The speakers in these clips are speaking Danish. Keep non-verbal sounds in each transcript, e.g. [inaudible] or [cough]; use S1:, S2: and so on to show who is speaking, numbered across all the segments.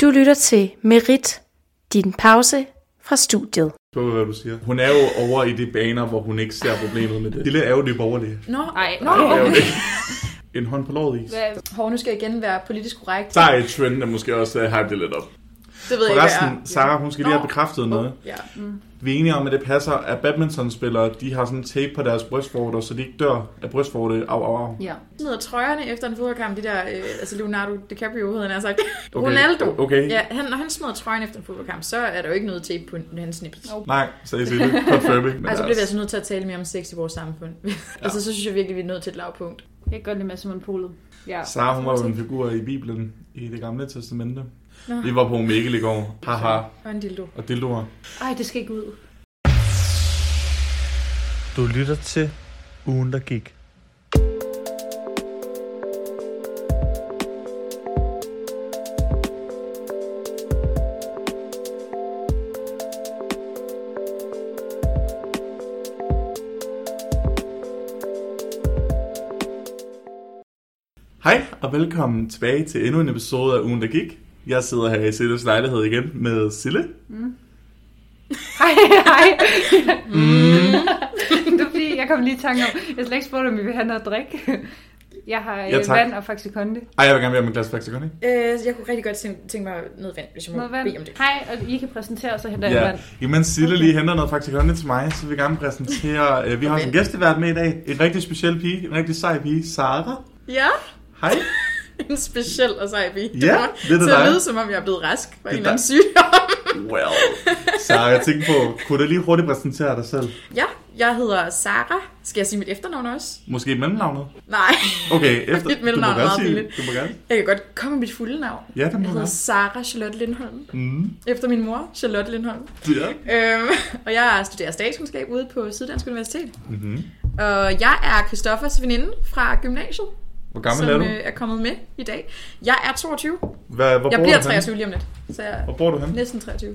S1: Du lytter til Merit, din pause fra studiet.
S2: Det var, hvad du siger. Hun er jo over i de baner, hvor hun ikke ser problemet med det. Lille er jo det borgerlige.
S3: Nå,
S4: Ej,
S3: nå okay.
S2: [laughs] En hånd på låret is.
S3: Hår, nu skal jeg igen være politisk korrekt.
S2: Der er et trend, der måske også uh, hype det lidt op.
S3: Det ved jeg ikke, hvad jeg
S2: Forresten,
S3: er.
S2: Sarah, hun skal lige have
S3: Nå.
S2: bekræftet noget.
S3: Ja. Mm.
S2: Vi er enige om, at det passer, at badmintonspillere, de har sådan tape på deres brystvorter, så de ikke dør af brystvorte. Au, au, au.
S4: Ja.
S3: Smider trøjerne efter en fodboldkamp, de der, øh, altså Leonardo DiCaprio hed han, har sagt. Ronaldo.
S2: Okay.
S3: Ja, han, når han smider trøjen efter en fodboldkamp, så er der jo ikke noget tape på hans nipples.
S4: Nope.
S2: Nej, sagde Sille. Confirm ikke. men
S3: Ej, så bliver vi
S2: altså-
S3: altså nødt til at tale mere om sex i vores samfund. [laughs] altså, så synes jeg virkelig, vi er nødt til et lavpunkt.
S4: Jeg kan godt lide med Simon Polet. Ja.
S2: Sara, hun var jo en figur i Bibelen, i det gamle testamente. Vi var på Omegle i går. Haha.
S3: Og en dildo.
S2: Og dildoer.
S4: Ej, det skal ikke ud.
S5: Du lytter til ugen, der gik.
S2: Hej, og velkommen tilbage til endnu en episode af Ugen, der gik. Jeg sidder her i Silles lejlighed igen med Sille.
S4: Hej, hej. [laughs] Mm. [laughs] det er fordi, jeg kom lige i tanke om, jeg slet ikke spurgte, om vi vil have noget at drikke. Jeg har
S2: Ja,
S4: ja,
S2: tak.
S4: vand og faktisk konde.
S2: Ej, jeg vil gerne være med en glas faktisk, ikke?
S3: Øh, så jeg kunne rigtig godt tænke, tænke mig noget vand, hvis jeg må
S4: Noget vand.
S3: bede om det.
S4: Hej, og I kan præsentere, så henter jeg
S2: Ja,
S4: vand.
S2: imens Sille lige henter noget faktisk hånden til mig, så vil jeg gerne præsentere, øh, vi har også en gæstevært med i dag, en rigtig speciel pige, en rigtig sej pige, Sara.
S3: Ja,
S2: Hej.
S3: en speciel og sej bi. [laughs]
S2: Ja, det er
S3: det
S2: det
S3: til at
S2: dig.
S3: lyde, som om jeg er blevet rask fra
S2: Det
S3: en
S2: er
S3: eller anden
S2: dig. [laughs]
S3: sygdom. [laughs]
S2: Well. Sara, jeg tænkte på, kunne du lige hurtigt præsentere dig selv?
S3: Ja, jeg hedder Sara. Skal jeg sige mit efternavn også?
S2: Måske mellemnavnet?
S3: Nej, [laughs]
S2: Okay, efter,
S3: Mit
S2: du må
S3: mellemnavn er
S2: gerne
S3: meget
S2: sige,
S3: billigt.
S2: du må gerne.
S3: jeg kan godt komme med mit fulde navn.
S2: Ja, det må
S3: Jeg
S2: du
S3: hedder
S2: gerne.
S3: Sara Charlotte Lindholm,
S2: Mm.
S3: efter min mor, Charlotte Lindholm.
S2: Ja.
S3: Øhm, og jeg studerer statskundskab ude på Syddansk Universitet.
S2: Mm-hmm.
S3: Og jeg er Christoffers veninde fra gymnasiet,
S2: Hvor gammel er
S3: som
S2: du?
S3: øh, er kommet med i dag. Jeg er 22.
S2: Hvad, hvor
S3: jeg
S2: bor
S3: bliver
S2: du henne?
S3: 23 lige om lidt, så jeg er
S2: Hvor bor du henne?
S3: næsten 23.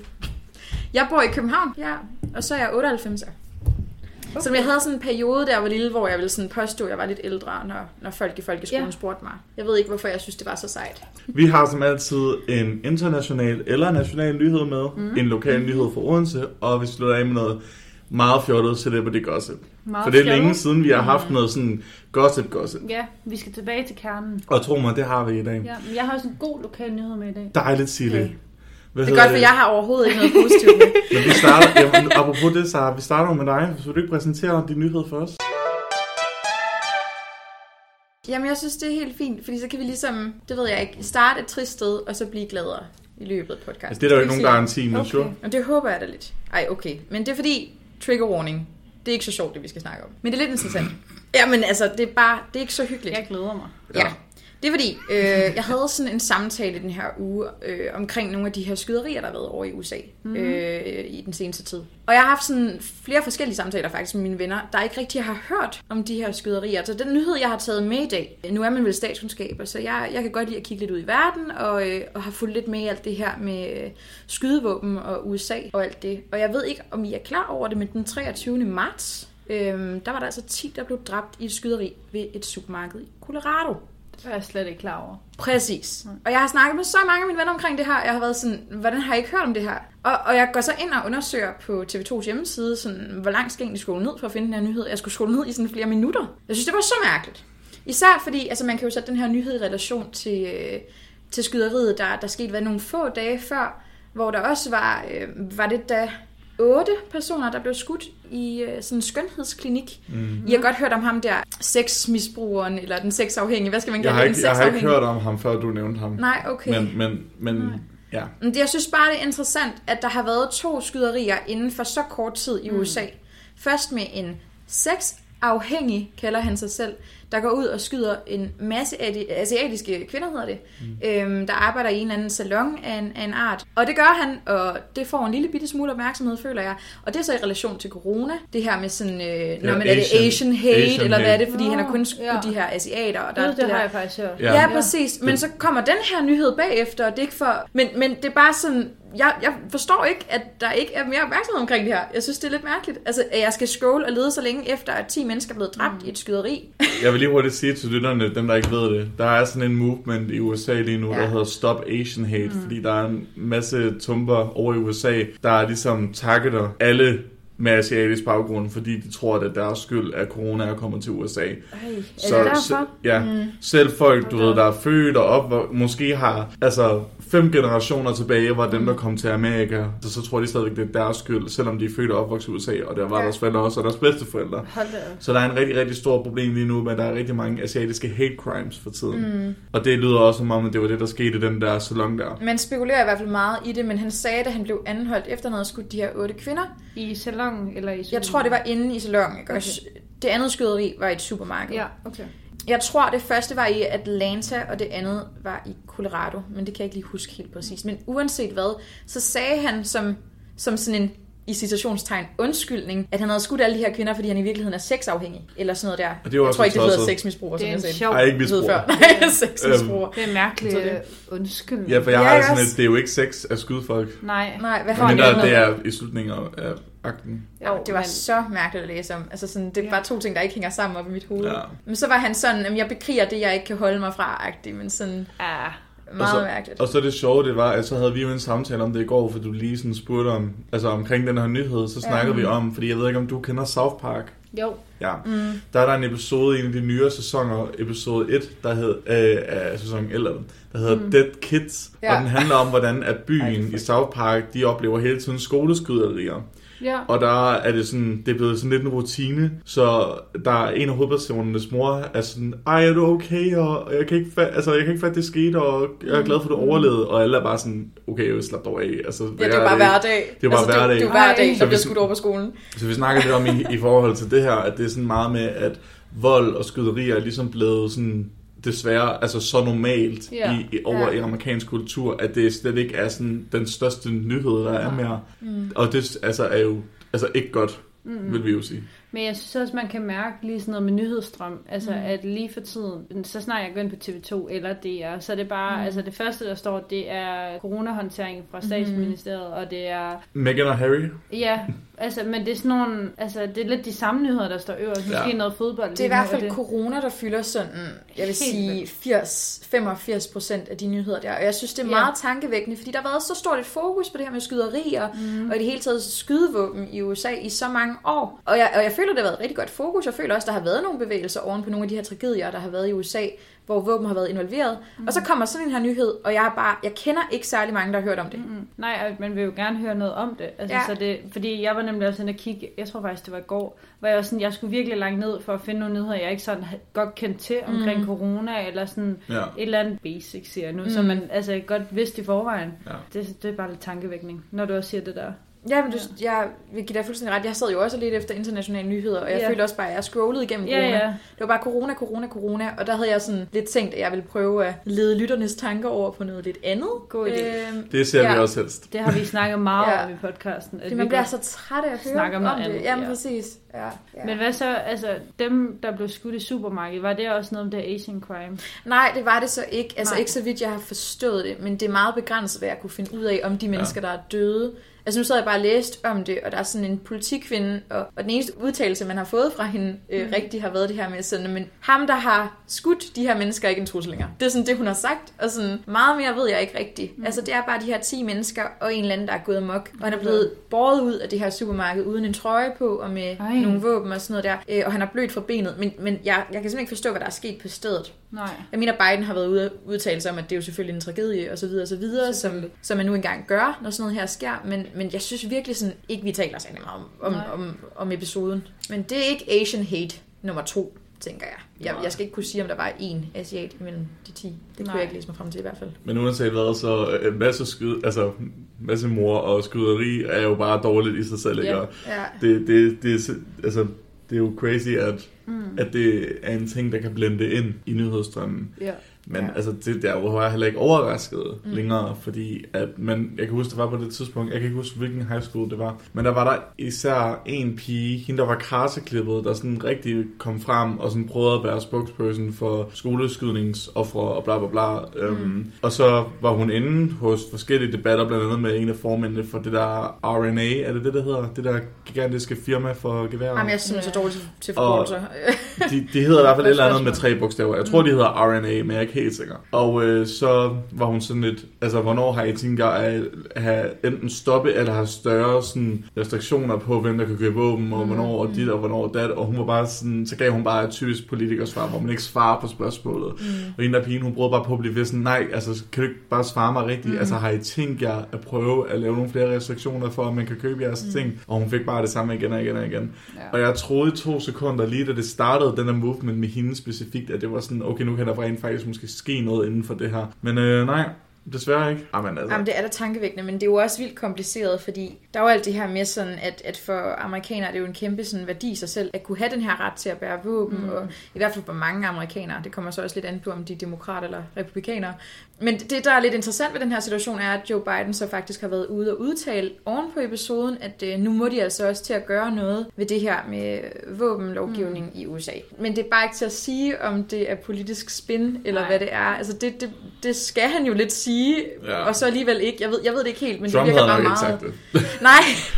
S3: Jeg bor i København, ja, og så er jeg 98. Okay. Så jeg havde sådan en periode, der var lille, hvor jeg ville sådan påstå, at jeg var lidt ældre, når, når folk i folkeskolen
S4: Ja.
S3: yeah. spurgte mig. Jeg ved ikke, hvorfor jeg synes, det var så sejt.
S2: Vi har som altid en international eller national nyhed med, mm. en lokal nyhed fra Odense, og vi slutter af med noget meget fjollet celebrity gossip.
S4: Meget
S2: For det er
S4: fjollet.
S2: længe siden, vi har haft noget sådan gossip-gossip.
S4: Ja, vi skal tilbage til kernen.
S2: Og tro mig, det har vi i dag.
S4: Ja, men jeg har også en god lokal nyhed med i dag.
S2: Dejligt, Sille.
S4: Okay.
S2: Hvad
S3: Det er godt, for jeg har overhovedet ikke noget positivt med.
S2: Men vi starter, jamen, apropos det, Sara, vi starter jo med dig. Så vil du ikke præsentere din nyhed for os?
S3: Jamen, jeg synes, det er helt fint, fordi så kan vi ligesom, det ved jeg ikke, starte et trist sted, og så blive gladere i løbet af podcasten.
S2: Altså, det er der jo ikke nogen garanti, men okay.
S4: Okay.
S2: sure.
S3: Og det håber jeg da lidt. Ej, okay. Men det er fordi, trigger warning, det er ikke så sjovt, det vi skal snakke om. Men det er lidt interessant. Jamen, altså, det er bare, det er ikke så hyggeligt.
S4: Jeg glæder mig.
S3: Ja. ja. Det er fordi, øh, jeg havde sådan en samtale den her uge øh, omkring nogle af de her skyderier, der har været over i USA mm. øh, i den seneste tid. Og jeg har haft sådan flere forskellige samtaler faktisk med mine venner, der ikke rigtig har hørt om de her skyderier. Så den nyhed, jeg har taget med i dag, nu er man vel statskundskaber, så jeg, jeg kan godt lide at kigge lidt ud i verden og, øh, og har fulgt lidt med i alt det her med øh, skydevåben og USA og alt det. Og jeg ved ikke, om I er klar over det, men den 23. marts, Øhm, der var der altså 10, der blev dræbt i et skyderi ved et supermarked i Colorado.
S4: Det var jeg slet ikke klar over.
S3: Præcis. Og jeg har snakket med så mange af mine venner omkring det her. Jeg har været sådan, hvordan har I ikke hørt om det her? Og, og jeg går så ind og undersøger på TV2's hjemmeside, sådan, hvor langt skal jeg egentlig skole ned for at finde den her nyhed. Jeg skulle skole ned i sådan flere minutter. Jeg synes, det var så mærkeligt. Især fordi, altså man kan jo sætte den her nyhed i relation til, øh, til skyderiet, der, der skete hvad, nogle få dage før, hvor der også var, øh, var det da otte personer, der blev skudt i øh, sådan en skønhedsklinik. Mm.
S2: Mhm.
S3: I har godt hørt om ham der, sexmisbrugeren, eller den sexafhængige, hvad skal
S2: Jeg
S3: man kalde
S2: har
S3: det?
S2: ikke,
S3: Den
S2: jeg har ikke
S3: sexafhængige?
S2: hørt om ham, før du nævnte ham.
S3: Nej, okay.
S2: Men, men, men ja.
S3: Men det- Jeg synes bare, det er interessant, at der har været to skyderier inden for så kort tid
S4: Mm.
S3: i USA. Først med en sexafhængig, kalder han sig selv, der går ud og skyder en masse af de asiatiske kvinder, hedder det, mm. øhm, der arbejder i en eller anden salon af en, af en art. Og det gør han, og det får en lille bitte smule opmærksomhed, føler jeg. Og det er så i relation til corona, det her med sådan, øh, når man er det
S2: Asian-
S3: Asian hate,
S2: Asian
S3: eller hvad er
S2: hate.
S3: det, fordi han har kun
S4: Nå,
S3: skudt
S4: ja.
S3: de her asiater. Og der,
S4: Det,
S3: det
S4: det, det
S3: her-
S4: har jeg faktisk hørt.
S2: Ja.
S3: Ja, ja, præcis. Men
S2: Det-
S3: så kommer den her nyhed bagefter, og det er ikke for... Men, men det er bare sådan... Jeg, jeg forstår ikke, at der ikke er mere opmærksomhed omkring det her. Jeg synes, det er lidt mærkeligt. Altså, at jeg skal scrolle og lede så længe efter, at 10 mennesker er blevet dræbt mm. i et skyderi.
S2: Jeg vil vil lige hurtigt sige til lytterne, dem der ikke ved det, der er sådan en movement i USA lige nu, ja.
S3: Ja.
S2: der hedder Stop Asian Hate, mm. fordi der er en masse tumper over i USA, der ligesom targeter alle med asiatisk baggrund, fordi de tror, at deres skyld er corona er kommet til USA.
S3: Ej,
S4: det derfor?
S2: se- ja, mm. selv folk, du ved, der er født og op, hvor måske har altså fem generationer tilbage, var dem, der kom til Amerika. Så, så tror de stadigvæk, det er deres skyld, selvom de er født og opvokset i USA, og der var
S3: Ja.
S2: deres forældre også, og deres bedsteforældre.
S4: Hold da op.
S2: Så der er en rigtig, rigtig stor problem lige nu, men der er rigtig mange asiatiske hate crimes for tiden. Mm. Og det lyder også som om, at det var det, der skete i den der salon der.
S3: Man spekulerer i hvert fald meget i det, men han sagde, at han blev anholdt efter, han havde skudt de her otte kvinder.
S4: I salongen eller i
S3: Jeg tror, det var inde i salongen, ikke også? Det andet skyderi var i et supermarked.
S4: Ja, okay.
S3: Jeg tror, det første var i Atlanta, og det andet var i Colorado, men det kan jeg ikke lige huske helt præcist. Men uanset hvad, så sagde han som, som sådan en i citationstegn undskyldning, at han havde skudt alle de her kvinder, fordi han i virkeligheden er sexafhængig, eller sådan noget der.
S2: Og det er jo
S3: jeg
S2: også
S3: tror ikke, det
S2: lidt
S3: hedder
S2: tosset.
S3: sexmisbruger,
S4: Det
S3: som
S4: er
S3: jeg
S4: en
S3: sagde.
S4: sjov,
S2: Ej, ikke
S3: Ved før.
S2: [laughs] misbruger.
S3: Nej, sexmisbruger.
S4: det er en mærkelig øh, undskyldning.
S2: Ja, for jeg
S3: Ja,
S2: har det
S3: ikke
S2: sådan,
S3: også?
S2: at det er jo ikke sex at skyde folk.
S4: Nej.
S3: Nej, hvad har
S2: Øhm, Men
S3: han
S2: der,
S3: andet?
S2: det er i slutningen af- af akten.
S3: Jo, det var
S4: men-
S3: så mærkeligt at læse om. Altså sådan, det
S4: Ja.
S3: er bare to ting, der ikke hænger sammen op i mit hoved.
S2: Ja.
S3: Men så var han sådan, at jeg bekriger det, jeg ikke kan holde mig fra-agtig, men sådan
S4: Ah,
S3: meget
S2: Og så-
S3: mærkeligt.
S2: Og så det sjove, det var, at så havde vi jo en samtale om det i går, for du lige sådan spurgte om, altså omkring den her nyhed, så snakkede vi om, fordi jeg ved ikke, om du kender South Park?
S4: jo.
S2: Ja. Mm. Der er der en episode i en af de nyere sæsoner, episode 1, der hed, øh, af sæson 11, der hedder mm. Dead Kids, ja.
S3: Ja.
S2: og den handler om, hvordan at byen i South Park, de oplever hele tiden skoleskyderier.
S4: Ja.
S2: Og der er det sådan, det er blevet sådan lidt en rutine, så der er en af hovedpersonernes mor er sådan, ej er du okay, og jeg kan ikke, fa- altså, jeg kan ikke fatte, det skete, og
S3: Mm.
S2: jeg er glad for, at du overlevede, og alle er bare sådan, okay, jeg slap dog af. Altså,
S3: Ja,
S2: hvad
S3: det er
S2: er
S3: jo bare
S2: ikke?
S3: hverdag.
S2: Det er jo bare
S3: altså, Det,
S2: hverdag.
S3: det er jo hver
S4: Ej.
S3: dag,
S2: Så
S3: der
S2: hvis-
S3: bliver skudt over på skolen.
S2: Så vi snakker lidt om i, i forhold til det her, at det er sådan meget med, at vold og skyderier er ligesom blevet sådan desværre altså så normalt
S4: Ja.
S2: yeah. i, i, over
S4: Ja.
S2: yeah. i amerikansk kultur, at det slet ikke er sådan den største nyhed, der er mere. Mm. Og det altså, er jo altså ikke godt,
S3: Mm-hmm.
S2: mm. vil vi jo sige.
S4: Men jeg synes også, man kan mærke lige sådan noget med nyhedsstrøm. Altså, mm. at lige for tiden, så snart jeg går ind på TV2 eller DR, så er det bare, mm. altså det første, der står, det er coronahåndtering
S3: Mm-hmm.
S4: fra statsministeriet, mm. og det er,
S2: Meghan og Harry,
S4: ja, altså, men det er sådan nogle, altså det er lidt de samme nyheder, der står øverst.
S2: Ja.
S4: Måske noget fodbold.
S3: Det er i
S4: lige nu,
S3: hvert fald
S4: og det-
S3: corona, der fylder sådan, jeg vil
S4: Helt
S3: sige, 80, 85 procent af de nyheder der. Og jeg synes, det er
S4: Ja.
S3: meget tankevækkende, fordi der har været så stort et fokus på det her med skyderier,
S2: Mhm.
S3: mm. og i det hele taget skydevåben i USA i så mange år. Og jeg, og jeg føler, det har været et rigtig godt fokus. Jeg føler også, der har været nogle bevægelser oven på nogle af de her tragedier, der har været i USA, hvor våben har været involveret. Mm.
S2: Mhm.
S3: Og så kommer sådan en her nyhed, og jeg er bare, jeg kender ikke særlig mange, der har hørt om det. Mm.
S4: Nej, og man vil jo gerne høre noget om det. Altså, ja.
S3: Ja.
S4: så det fordi jeg var nemlig også inde og kigge, jeg tror faktisk, det var i går, hvor jeg var sådan, jeg skulle virkelig langt ned for at finde nogle nyheder, jeg ikke sådan ha- godt kendte til omkring mm. corona, eller sådan
S2: Ja.
S4: ja. et eller andet basic, siger jeg nu, mm. som man altså godt vidste i forvejen. Ja. Det, det er bare lidt tankevækning, når du også siger det der.
S3: Ja, men du, jeg vil give dig fuldstændig ret. Jeg sad jo også lidt efter internationale nyheder, og jeg
S4: Ja.
S3: ja. følte også bare, at jeg scrollede igennem
S4: Ja,
S3: corona.
S4: ja.
S3: Det var bare corona, corona, corona, og der havde jeg sådan lidt tænkt, at jeg ville prøve at lede lytternes tanker over på noget lidt andet.
S4: God idé.
S3: Øhm,
S2: det ser ja. vi
S3: Ja.
S2: også helst.
S4: Det har vi snakket
S3: [laughs]
S4: meget
S3: Ja.
S4: om i podcasten. at
S3: det,
S4: vi
S3: man bliver
S4: godt-
S3: så træt af at høre
S4: Snakke om
S3: om,
S4: noget
S3: det.
S4: andet,
S3: Jamen
S4: ja.
S3: præcis. Ja. Ja.
S4: Men hvad så, altså dem, der blev skudt i supermarkedet, var det også noget om det her Asian crime?
S3: Nej, det var det så ikke. Altså
S4: Nej.
S3: Nej. ikke så vidt, jeg har forstået det, men det er meget begrænset, hvad jeg kunne finde ud af om de mennesker, der er døde. Altså nu sad jeg bare og læste om det, og der er sådan en politikvinde, og, og den eneste udtalelse, man har fået fra hende øh, mm. rigtig har været det her med sådan, men ham, der har skudt de her mennesker, er ikke en trussel længere. Det er sådan det, hun har sagt, og sådan meget mere ved jeg ikke rigtigt. Mm. Altså det er bare de her 10 mennesker, og en eller anden, der er gået amok, og han er blevet båret ud af det her supermarked uden en trøje på, og med
S4: Ej.
S3: Ej. nogle våben og sådan noget der, øh, og han er blødt fra benet, men, men jeg, jeg kan simpelthen ikke forstå, hvad der er sket på stedet.
S4: Nej.
S3: Jeg mener, Biden har været ude at udtale sig om, at det er jo selvfølgelig en tragedie osv. osv., som, som man nu engang gør, når sådan noget her sker. Men, men jeg synes virkelig sådan, ikke vi taler særlig meget om, om,
S4: Nej.
S3: om, om episoden. Men det er ikke Asian hate nummer to, tænker jeg. Jeg, jeg skal ikke kunne sige, om der var en asiat imellem de 10. Det
S4: Nej.
S3: kunne jeg ikke læse mig frem til i hvert fald.
S2: Men uanset hvad, så øh, masse, skyd, altså, masse mor og skyderi er jo bare dårligt i sig selv. Ikke?
S4: Ja.
S2: Og
S3: Ja.
S2: Det, det, det, er si- altså, det er jo crazy, at, mm. at det er en ting, der kan blende ind i nyhedsstrømmen.
S4: Ja.
S2: Men
S3: Ja.
S2: ja. altså, det der var jeg heller ikke overrasket mm. længere, fordi at man, jeg kan huske, der var på det tidspunkt, jeg kan ikke huske, hvilken high school det var, men der var der især en pige, hende der var karseklippet, der sådan rigtig kom frem og sådan prøvede at være spokesperson for skoleskydningsoffre og bla bla bla. Mm. Øhm, og så var hun inde hos forskellige debatter, blandt andet med en af formændene for det der RNA, er det det, der hedder? Det der gigantiske firma for geværer?
S3: Jamen, jeg er simpelthen så dårlig til, til
S2: Og-
S3: forbrugelser.
S2: De, de hedder i hvert fald et eller andet med tre bogstaver. Jeg tror, de hedder RNA, men jeg er ikke helt sikker. Og øh, så var hun sådan lidt, altså hvornår har I tænkt jer at have enten stoppe eller have større sådan, restriktioner på, hvem der kan købe våben, og hvornår og dit og hvornår og dat. Og hun var bare sådan, så gav hun bare et typisk politikersvar, hvor man ikke svarer på spørgsmålet. Mm. Og en af pigen, hun prøvede bare på at blive ved sådan, nej, altså kan du ikke bare svare mig rigtigt? Mm. Altså har I tænkt jer at prøve at lave nogle flere restriktioner for, at man kan købe jeres mm. ting? Og hun fik bare det samme igen og igen og igen.
S4: Ja.
S2: Og jeg troede i to sekunder, lige da det startede, den her movement med hende specifikt, at det var sådan, okay, nu kan der rent faktisk måske ske noget inden for det her. Men øh, nej, desværre ikke. Jamen, altså,
S3: Jamen, det er da tankevækkende, men det er jo også vildt kompliceret, fordi der er jo alt det her med sådan, at, at for amerikanere er det jo en kæmpe sådan, værdi i sig selv, at kunne have den her ret til at bære våben, mm. og i hvert fald for mange amerikanere, det kommer så også lidt an på, om de er demokrater eller republikanere. Men det, der er lidt interessant ved den her situation, er, at Joe Biden så faktisk har været ude og udtale oven på episoden, at øh, nu må de altså også til at gøre noget ved det her med våbenlovgivning mm. i USA. Men det er bare ikke til at sige, om det er politisk spin, eller
S4: Nej.
S3: Nej. hvad det er. Altså, det, det, det skal han jo lidt sige,
S2: Ja.
S3: ja. og så alligevel ikke. Jeg ved, jeg ved det ikke helt, men
S2: Trump
S3: det
S2: havde
S3: virker
S2: nok
S3: bare
S2: ikke
S3: meget...
S2: sagt det.
S3: Nej,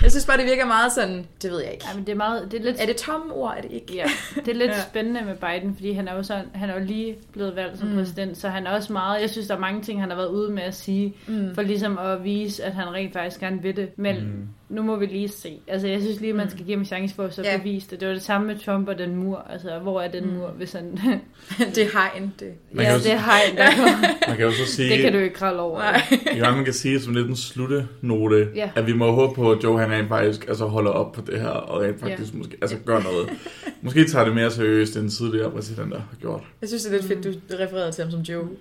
S3: jeg synes bare, det virker meget sådan... Det ved jeg ikke.
S4: Ja, men det er meget, det er lidt,
S3: Er det tomme ord, er det ikke?
S4: ja, det er lidt
S3: Ja.
S4: ja. spændende med Biden, fordi han er jo sådan, han er jo lige blevet valgt som mm. præsident, så han er også meget, jeg synes, der er mange ting, han har været ude med at sige, mm. for ligesom at vise, at han rent faktisk gerne vil det, men mm. nu må vi lige se. Altså, jeg synes lige, man skal give ham en chance for at så
S3: Ja.
S4: ja. bevise det. Det var det samme med Trump og den mur, altså, hvor er den mm. mur, hvis han...
S3: [laughs] det er hegn, det.
S2: Man
S4: [laughs] ja,
S2: kan, jo,
S4: det er hegn, der går.
S2: man kan jo så sige,
S4: Det kan du ikke kravle over.
S3: Nej.
S2: jo, man kan sige som lidt en sluttenote,
S4: Ja.
S2: at vi må håbe på, at Joe han rent faktisk altså, holder op på det her, og rent faktisk måske, altså, gør noget. Måske tager det mere seriøst, end tidligere præsidenter har gjort.
S3: Jeg synes, det er lidt fedt, du refererede til ham som Joe.
S2: Men,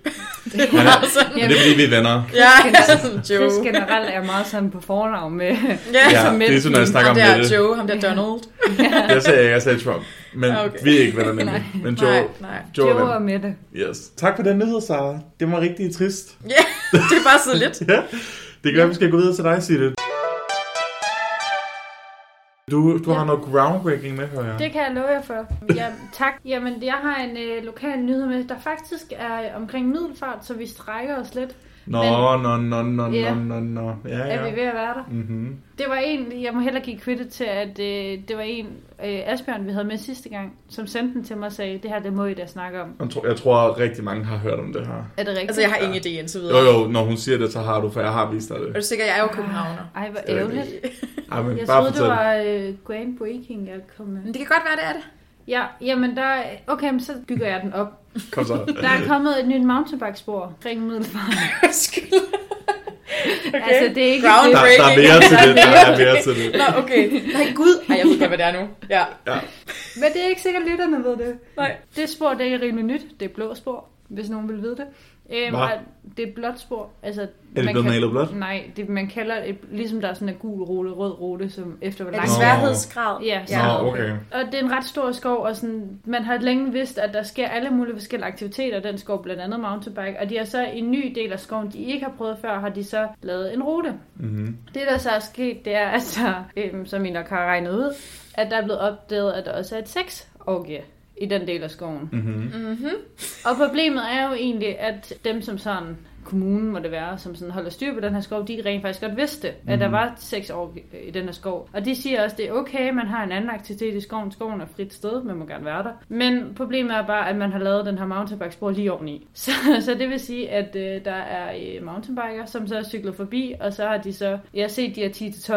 S2: øh, men det er fordi, vi er venner.
S3: [laughs] Ja, som Joe.
S4: Fisk generelt er meget sådan på fornavn med...
S3: Ja,
S2: Ja,
S4: som
S2: det er sådan, når jeg
S4: mænd.
S2: snakker
S3: ham
S2: om
S3: der
S2: det.
S3: Joe, ham der Donald.
S2: Jeg sagde, jeg sagde Trump. Men
S3: Okay.
S2: okay. vi er ikke venner nemlig. Men Joe,
S3: Nej, nej.
S2: Joe, er
S4: Joe
S2: ven.
S4: og Mette.
S2: Yes. Tak for den nyhed, Sara. Det var rigtig trist. [laughs]
S3: Ja, det er bare så lidt.
S2: Ja. Det gør, at vi skal gå videre til dig, Sille. Du, du har noget groundbreaking med, hører jeg.
S4: Det kan jeg love jer for. Ja, tak. Jamen, jeg har en øh, lokal nyhed med, der faktisk er omkring middelfart, så vi strækker os lidt.
S2: Nå,
S4: men-
S2: nå, nå, nå,
S4: Ja.
S2: nå, nå, nå. Ja,
S4: Ja. Er vi
S2: ja.
S4: ved at være der?
S2: Mm-hmm.
S4: Det var en, jeg må hellere give credit til, at øh, det var en, øh, Asbjørn, vi havde med sidste gang, som sendte den til mig og sagde, det her, det må I da snakke om.
S2: Jeg, tror, jeg tror, at rigtig mange har hørt om det her.
S4: Er det rigtigt?
S3: Altså, jeg har ingen idé indtil
S2: Jo,
S3: videre.
S2: jo, når hun siger det, så har du, for jeg har vist dig
S3: Er
S2: det.
S3: du sikker, jeg er jo københavner?
S4: Ej, hvor
S2: er
S4: ærgerligt.
S2: Ej, men
S4: Jeg
S2: bare
S4: troede, det
S2: fortæl.
S4: var øh, Grand Breaking, jeg kom
S3: Men
S4: med.
S3: det kan godt være, det er det.
S4: Ja, jamen der... Okay, men så bygger jeg den op.
S2: Kom så.
S4: Der er kommet et nyt mountainbikespor omkring Middelfart.
S3: [laughs] Undskyld.
S4: Okay. Altså, det er ikke...
S3: Ground-
S2: Der, der er mere til det. Der er mere til det.
S3: Nå, [laughs] okay. Nej, gud. Nej, jeg ved godt, hvad det er nu. Ja.
S4: Men det er ikke sikkert, lytterne ved det.
S3: Nej.
S4: Det spor, det er rimelig nyt. Det er blå spor, hvis nogen vil vide det. Øhm,
S2: Hva?
S4: og det er et blåt spor. Altså, er
S2: det blevet malet blåt?
S4: Nej, det, man kalder et, ligesom der er sådan en gul rute, rød rute, som efter hvor
S3: Er
S4: lang
S3: det
S2: Nå.
S3: sværhedsgrad?
S4: Ja,
S2: Nå, okay.
S4: Og det er en ret stor skov, og sådan, man har længe vidst, at der sker alle mulige forskellige aktiviteter i den skov, blandt andet mountainbike, og de har så en ny del af skoven, de ikke har prøvet før, har de så lavet en rute.
S2: Mm-hmm.
S4: Det, der så er sket, det er altså, øhm, som I nok har regnet ud, at der er blevet opdaget, at der også er et sex i den del af skoven.
S2: Mm-hmm.
S4: Og problemet er jo egentlig, at dem som sådan, kommunen må det være, som sådan holder styr på den her skov, de rent faktisk godt vidste, at der var seks år i den her skov. Og de siger også, at det er okay, man har en anden aktivitet i skoven. Skoven er et frit sted, man må gerne være der. Men problemet er bare, at man har lavet den her mountainbikespor lige oveni. [laughs] Så, så det vil sige, at øh, der er øh, mountainbiker, som så er cyklet forbi, og så har de så, jeg har set de her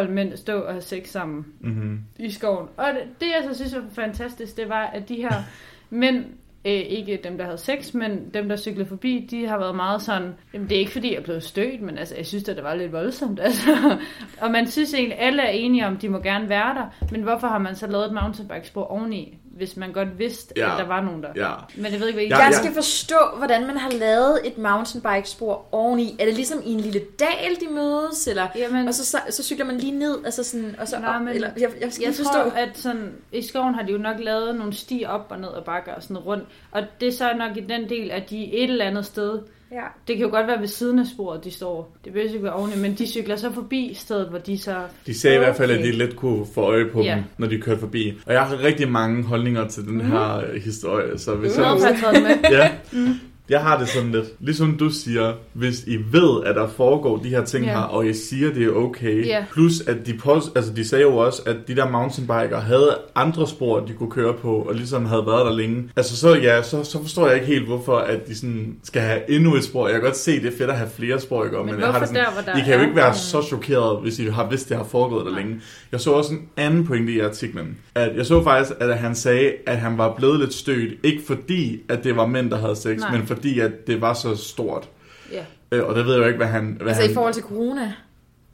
S4: 10-12 mænd stå og have sex sammen
S2: Mm-hmm.
S4: i skoven. Og det, det jeg så synes var fantastisk, det var, at de her mænd, øh, ikke dem, der havde sex, men dem, der cyklede forbi, de har været meget sådan, jamen det er ikke fordi, jeg er blevet stødt, men altså, jeg synes, at det var lidt voldsomt. [laughs] Altså. Og man synes egentlig, alle er enige om, de må gerne være der, men hvorfor har man så lavet et mountainbikespor oveni? hvis man godt vidste,
S2: Ja.
S4: ja. at der var nogen der.
S2: Ja.
S4: Men jeg ved ikke, hvad I
S2: Ja,
S3: Jeg
S2: ja.
S3: skal forstå, hvordan man har lavet et mountainbikespor oveni. Er det ligesom i en lille dal, de mødes, eller...
S4: Jamen,
S3: Og så, så, så cykler man lige ned, altså sådan, og så
S4: Nej,
S3: op,
S4: men
S3: eller, jeg, jeg skal
S4: jeg
S3: ikke forstå.
S4: tror, at sådan, i skoven har de jo nok lavet nogle stier op og ned og bakker og sådan rundt. Og det er så nok i den del, at de et eller andet sted,
S3: Ja.
S4: det kan jo godt være ved siden af sporet, de står. Det behøver ikke være oveni, men de cykler så forbi stedet, hvor de så...
S2: De sagde okay. i hvert fald, at
S4: Okay.
S2: de let kunne få øje på
S4: Ja.
S2: dem, når de kørte forbi. Og jeg har rigtig mange holdninger til den her
S4: Mhm.
S2: øh, historie, så hvis
S4: Nå,
S2: jeg...
S4: for jeg har taget dem med.
S2: Ja. Jeg har det sådan lidt. Ligesom du siger, hvis I ved, at der foregår de her ting
S4: Ja.
S2: her, og I siger, det er okay.
S4: Ja.
S2: Plus, at de, pos- altså, de sagde jo også, at de der mountainbiker havde andre spor, de kunne køre på, og ligesom havde været der længe. Altså, så, ja, så, så forstår jeg ikke helt, hvorfor at de sådan skal have endnu et spor. Jeg kan godt se, det er fedt at have flere spor, ikke?
S4: Men
S2: jeg har
S4: hvorfor
S2: det sådan,
S4: der, hvor der
S2: I kan jo
S4: er-
S2: ikke være så chokeret, hvis I har vidst, det har foregået der
S4: Nej.
S2: længe. Jeg så også en anden pointe i artiklen. At jeg så faktisk, at han sagde, at han var blevet lidt stødt. Ikke fordi, at det var mænd, der havde sex,
S4: Nej.
S2: men fordi, at det var så stort.
S4: Ja.
S2: Øh, og der ved jeg jo ikke, hvad han... Hvad
S3: Altså
S2: han...
S3: i forhold til corona.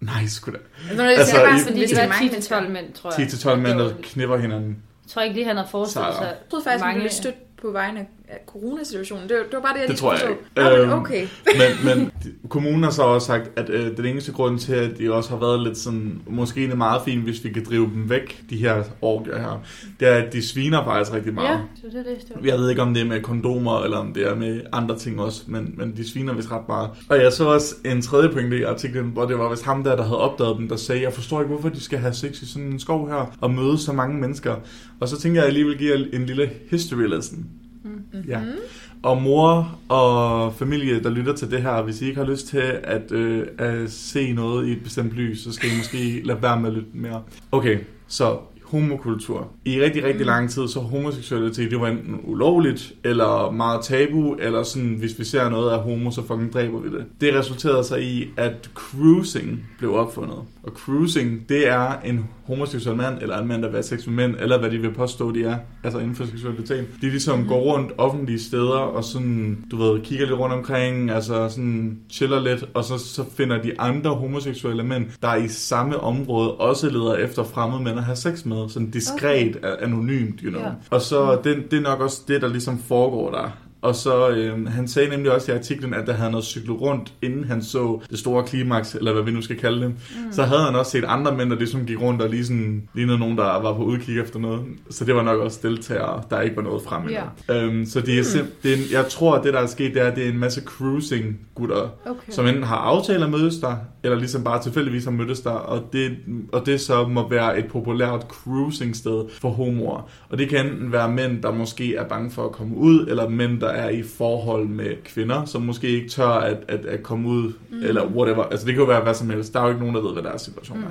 S2: Nej, sgu da.
S3: Altså, når det
S2: Altså,
S3: altså, bare
S2: i-
S3: sådan,
S4: Fordi
S3: hvis
S4: de
S3: det er
S4: var
S3: mange
S4: 10-12
S3: mennesker.
S4: mænd, tror jeg.
S2: 10-12 mænd, der
S4: Det var-
S2: knipper hinanden.
S4: Jeg tror ikke lige, han havde forestillet
S2: Sejere.
S4: sig
S3: Jeg troede faktisk, at man
S4: mange...
S3: blev stødt på vegne af corona-situationen. Det var, det var bare det, jeg
S2: Det
S3: lige
S2: tror jeg
S3: forstod.
S2: ikke.
S3: Nå, men
S2: Øhm,
S3: okay.
S2: Men, men de- kommunen har så også sagt, at øh, den eneste grund til, at de også har været lidt sådan, måske egentlig meget fint, hvis vi kan drive dem væk, de her orker her, det er, at de sviner faktisk rigtig meget.
S4: Ja, så det er det. det var-
S2: Jeg ved ikke, om det er med kondomer, eller om det er med andre ting også, men, men de sviner vist ret meget. Og jeg så også en tredje pointe i artiklen, hvor det var vist ham der, der havde opdaget dem, der sagde, jeg forstår ikke, hvorfor de skal have sex i sådan en skov her, og møde så mange mennesker. Og så tænker jeg alligevel give jer en lille history lesson. Mm-hmm. Ja. Og mor og familie, der lytter til det her, hvis I ikke har lyst til at, øh, at se noget i et bestemt lys, så skal I måske lade være med at lytte mere. Okay, så homokultur. I rigtig, rigtig lang tid, så homoseksualitet, det var enten ulovligt, eller meget tabu, eller sådan, hvis vi ser noget af homo, så fucking dræber vi det. Det resulterede sig i, at cruising blev opfundet. Og cruising, det er en homoseksuel mand, eller en mand, der vil have sex med mænd, eller hvad de vil påstå, de er, altså inden for seksualitet. De ligesom går rundt offentlige steder, og sådan, du ved, kigger lidt rundt omkring, altså sådan chiller lidt, og så, så finder de andre homoseksuelle mænd, der i samme område også leder efter fremmede mænd at have sex med, sådan diskret, okay. anonymt, you know.
S4: Ja.
S2: Og så, det, det er nok også det, der ligesom foregår der. Og så, øh, han sagde nemlig også i artiklen, at der havde noget cyklet rundt, inden han så det store klimaks, eller hvad vi nu skal kalde det. Mm. Så havde han også set andre mænd, der ligesom gik rundt og lige sådan, lignede nogen, der var på udkig efter noget. Så det var nok også deltagere, der ikke var noget frem endnu. Yeah. Øhm, så det er simp- det er en, jeg tror, at det, der er sket, det er, at det er en masse cruising-gutter,
S4: Okay.
S2: som enten har aftaler at mødes der, eller ligesom bare tilfældigvis har mødtes der, og det, og det så må være et populært cruising-sted for homoer. Og det kan enten være mænd, der måske er bange for at komme ud, eller mænd, der er i forhold med kvinder, som måske ikke tør at, at, at komme ud, mm. eller whatever. Altså det kan jo være hvad som helst. Der er jo ikke nogen, der ved, hvad deres situation mm. er.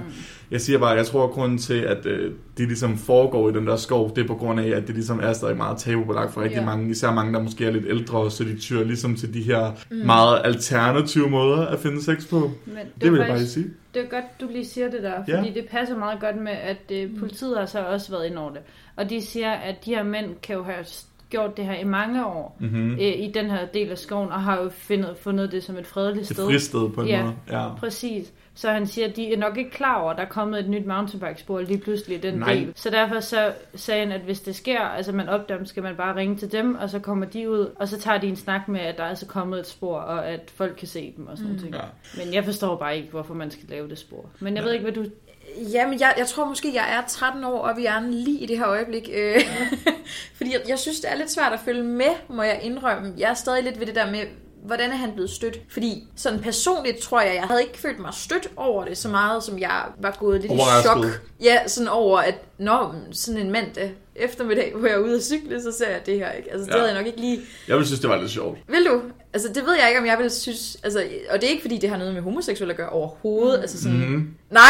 S2: Jeg siger bare, jeg tror, at grunden til, at øh, det ligesom foregår i den der skov, det er på grund af, at det ligesom er stadig meget tabubelagt for rigtig
S4: Ja.
S2: yeah. mange, især mange, der måske er lidt ældre, så de tyrer ligesom til de her mm. meget alternative måder at finde sex på. Det,
S4: Men det,
S2: det
S4: var
S2: vil jeg bare lige
S4: faktisk,
S2: sige.
S4: det er godt, du lige siger det der,
S2: Ja.
S4: fordi det passer meget godt med, at øh, politiet har så også været ind over det. Og de siger, at de her mænd kan jo have s- gjort det her i mange år
S2: Mm-hmm.
S4: øh, i den her del af skoven, og har jo fundet, fundet det som et fredeligt
S2: Det
S4: sted.
S2: fristede på en
S4: Ja.
S2: måde. Ja.
S4: Præcis. Så han siger, at de er nok ikke klar over, at der er kommet et nyt mountainbike-spor lige pludselig i den
S2: Nej.
S4: Nej. del. Så derfor så sagde han, at hvis det sker, altså man opdager dem, skal man bare ringe til dem, og så kommer de ud, og så tager de en snak med, at der er altså kommet et spor, og at folk kan se dem og sådan mm. ting.
S2: Ja.
S4: Men jeg forstår bare ikke, hvorfor man skal lave det spor. Men jeg
S2: Nej.
S4: ved ikke, hvad du...
S3: Jamen, jeg, jeg tror måske, jeg er 13 år og vi er lige i det her øjeblik. Øh, [laughs] fordi jeg, jeg synes, det er lidt svært at følge med, må jeg indrømme. Jeg er stadig lidt ved det der med, hvordan er han blevet stødt? Fordi sådan personligt tror jeg, jeg havde ikke følt mig stødt over det så meget, som jeg var gået lidt i chok.
S2: Overrasket.
S3: Ja, sådan over, at når sådan en mandag eftermiddag, hvor jeg er ude at cykle, så ser jeg det her, ikke? Altså, det
S2: Ja.
S3: ja. havde jeg nok ikke lige...
S2: Jeg ville synes, det var lidt sjovt.
S3: Vil du? Altså, det ved jeg ikke, om jeg vil synes... Altså, og det er ikke, fordi det har noget med homoseksuelle at gøre overhovedet. Altså sådan...
S2: Mm-hmm.
S3: Nej.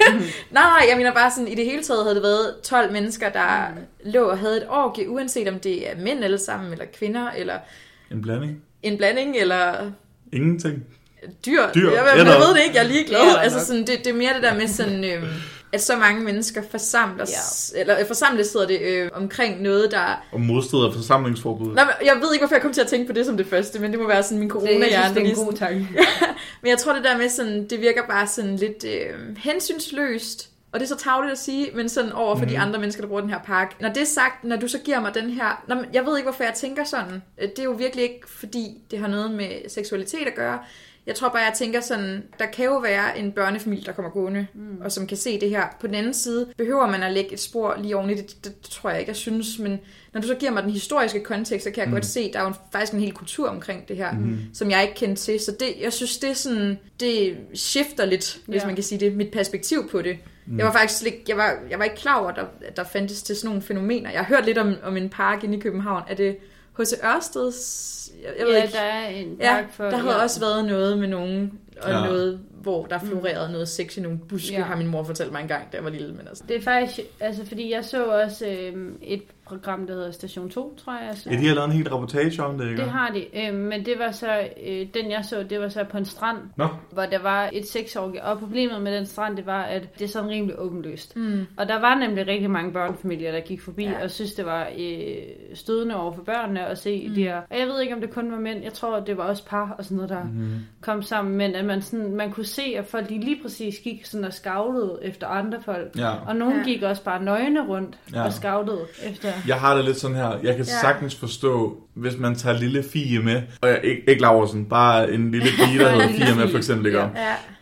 S3: [laughs] nej, nej, jeg mener bare sådan, i det hele taget havde det været 12 mennesker, der lå og havde et orgie, uanset om det er mænd alle sammen, eller kvinder, eller
S2: En blanding.
S3: en blanding, eller
S2: Ingenting.
S3: dyr.
S2: Dyr,
S3: jeg, jeg,
S2: eller-
S3: jeg ved det ikke, jeg er ligeglad.
S4: Ja,
S3: Ja,
S4: nok.
S3: altså sådan, det, det er mere det der med sådan, øh, at så mange mennesker forsamles, ja. eller øh, forsamles hedder det, øh, omkring noget, der...
S2: Og modstrider forsamlingsforbuddet.
S3: Nej, men jeg ved ikke, hvorfor jeg kom til at tænke på det som det første, men det må være sådan min corona-hjerne. der lige sådan-
S4: tanke.
S3: Men jeg tror det der med sådan, det virker bare sådan lidt øh, hensynsløst Og det er så tavligt at sige, men sådan over for mm. de andre mennesker, der bruger den her park. Når det er sagt, når du så giver mig den her... Nå, men jeg ved ikke, hvorfor jeg tænker sådan. Øh, Det er jo virkelig ikke, fordi det har noget med seksualitet at gøre. Jeg tror bare, jeg tænker sådan, der kan jo være en børnefamilie, der kommer gående, mm. og som kan se det her. På den anden side, behøver man at lægge et spor lige oveni det, det, det tror jeg ikke, jeg synes, men når du så giver mig den historiske kontekst, så kan jeg mm. godt se, der er jo en, faktisk en hel kultur omkring det her, mm. som jeg ikke kendte til. Så det, jeg synes, det er sådan, det shifter lidt, hvis
S4: Ja.
S3: man kan sige det, mit perspektiv på det. Mm. Jeg var faktisk slet, ikke- jeg var, jeg var ikke klar over, at der, at der fandtes til sådan nogle fænomener. Jeg har hørt lidt om, om en park inde i København. Er det H.C. Ørsteds? Jeg, jeg ved
S4: ja,
S3: ikke.
S4: der er en
S3: Ja,
S4: park for...
S3: der havde også været noget med nogen, og
S2: Ja.
S3: ja. noget, hvor der florerede noget sex i nogle buske,
S4: Ja.
S3: Mm. ja. har min mor fortalt mig engang, da jeg var lille. Men altså.
S4: Det er faktisk, altså fordi jeg så også øhm, et program, der hedder Station 2, tror jeg. jeg så.
S2: Ja, de har lavet en hel reportage om det, ikke?
S4: Det har de, øhm, men det var så, øh, den jeg så, det var så på en strand,
S2: Nå,
S4: hvor der var et sexorgie, og problemet med den strand, det var, at det er sådan rimelig åbenløst. Mm. Og der var nemlig rigtig mange børnefamilier, der gik forbi ja.
S3: Ja.
S4: og synes det var øh, stødende over for børnene at se mm. det her. Og jeg ved ikke, om det kun var mænd, jeg tror, det var også par og sådan noget, der mm. kom sammen, men at man, sådan, man kunne se, at folk de lige præcis gik sådan og skavlede efter andre folk.
S2: ja.
S4: Og nogen ja.
S3: Ja.
S4: gik også bare nøgne rundt ja.
S2: Ja.
S4: og skavlede efter.
S2: Jeg har det lidt sådan her. Jeg kan ja.
S3: Ja.
S2: sagtens forstå, hvis man tager lille Fie med, og jeg, ikke, ikke Laursen, bare en lille pige, [laughs] der hedder Fie med for eksempel, ikke?
S4: Ja.
S3: Ja.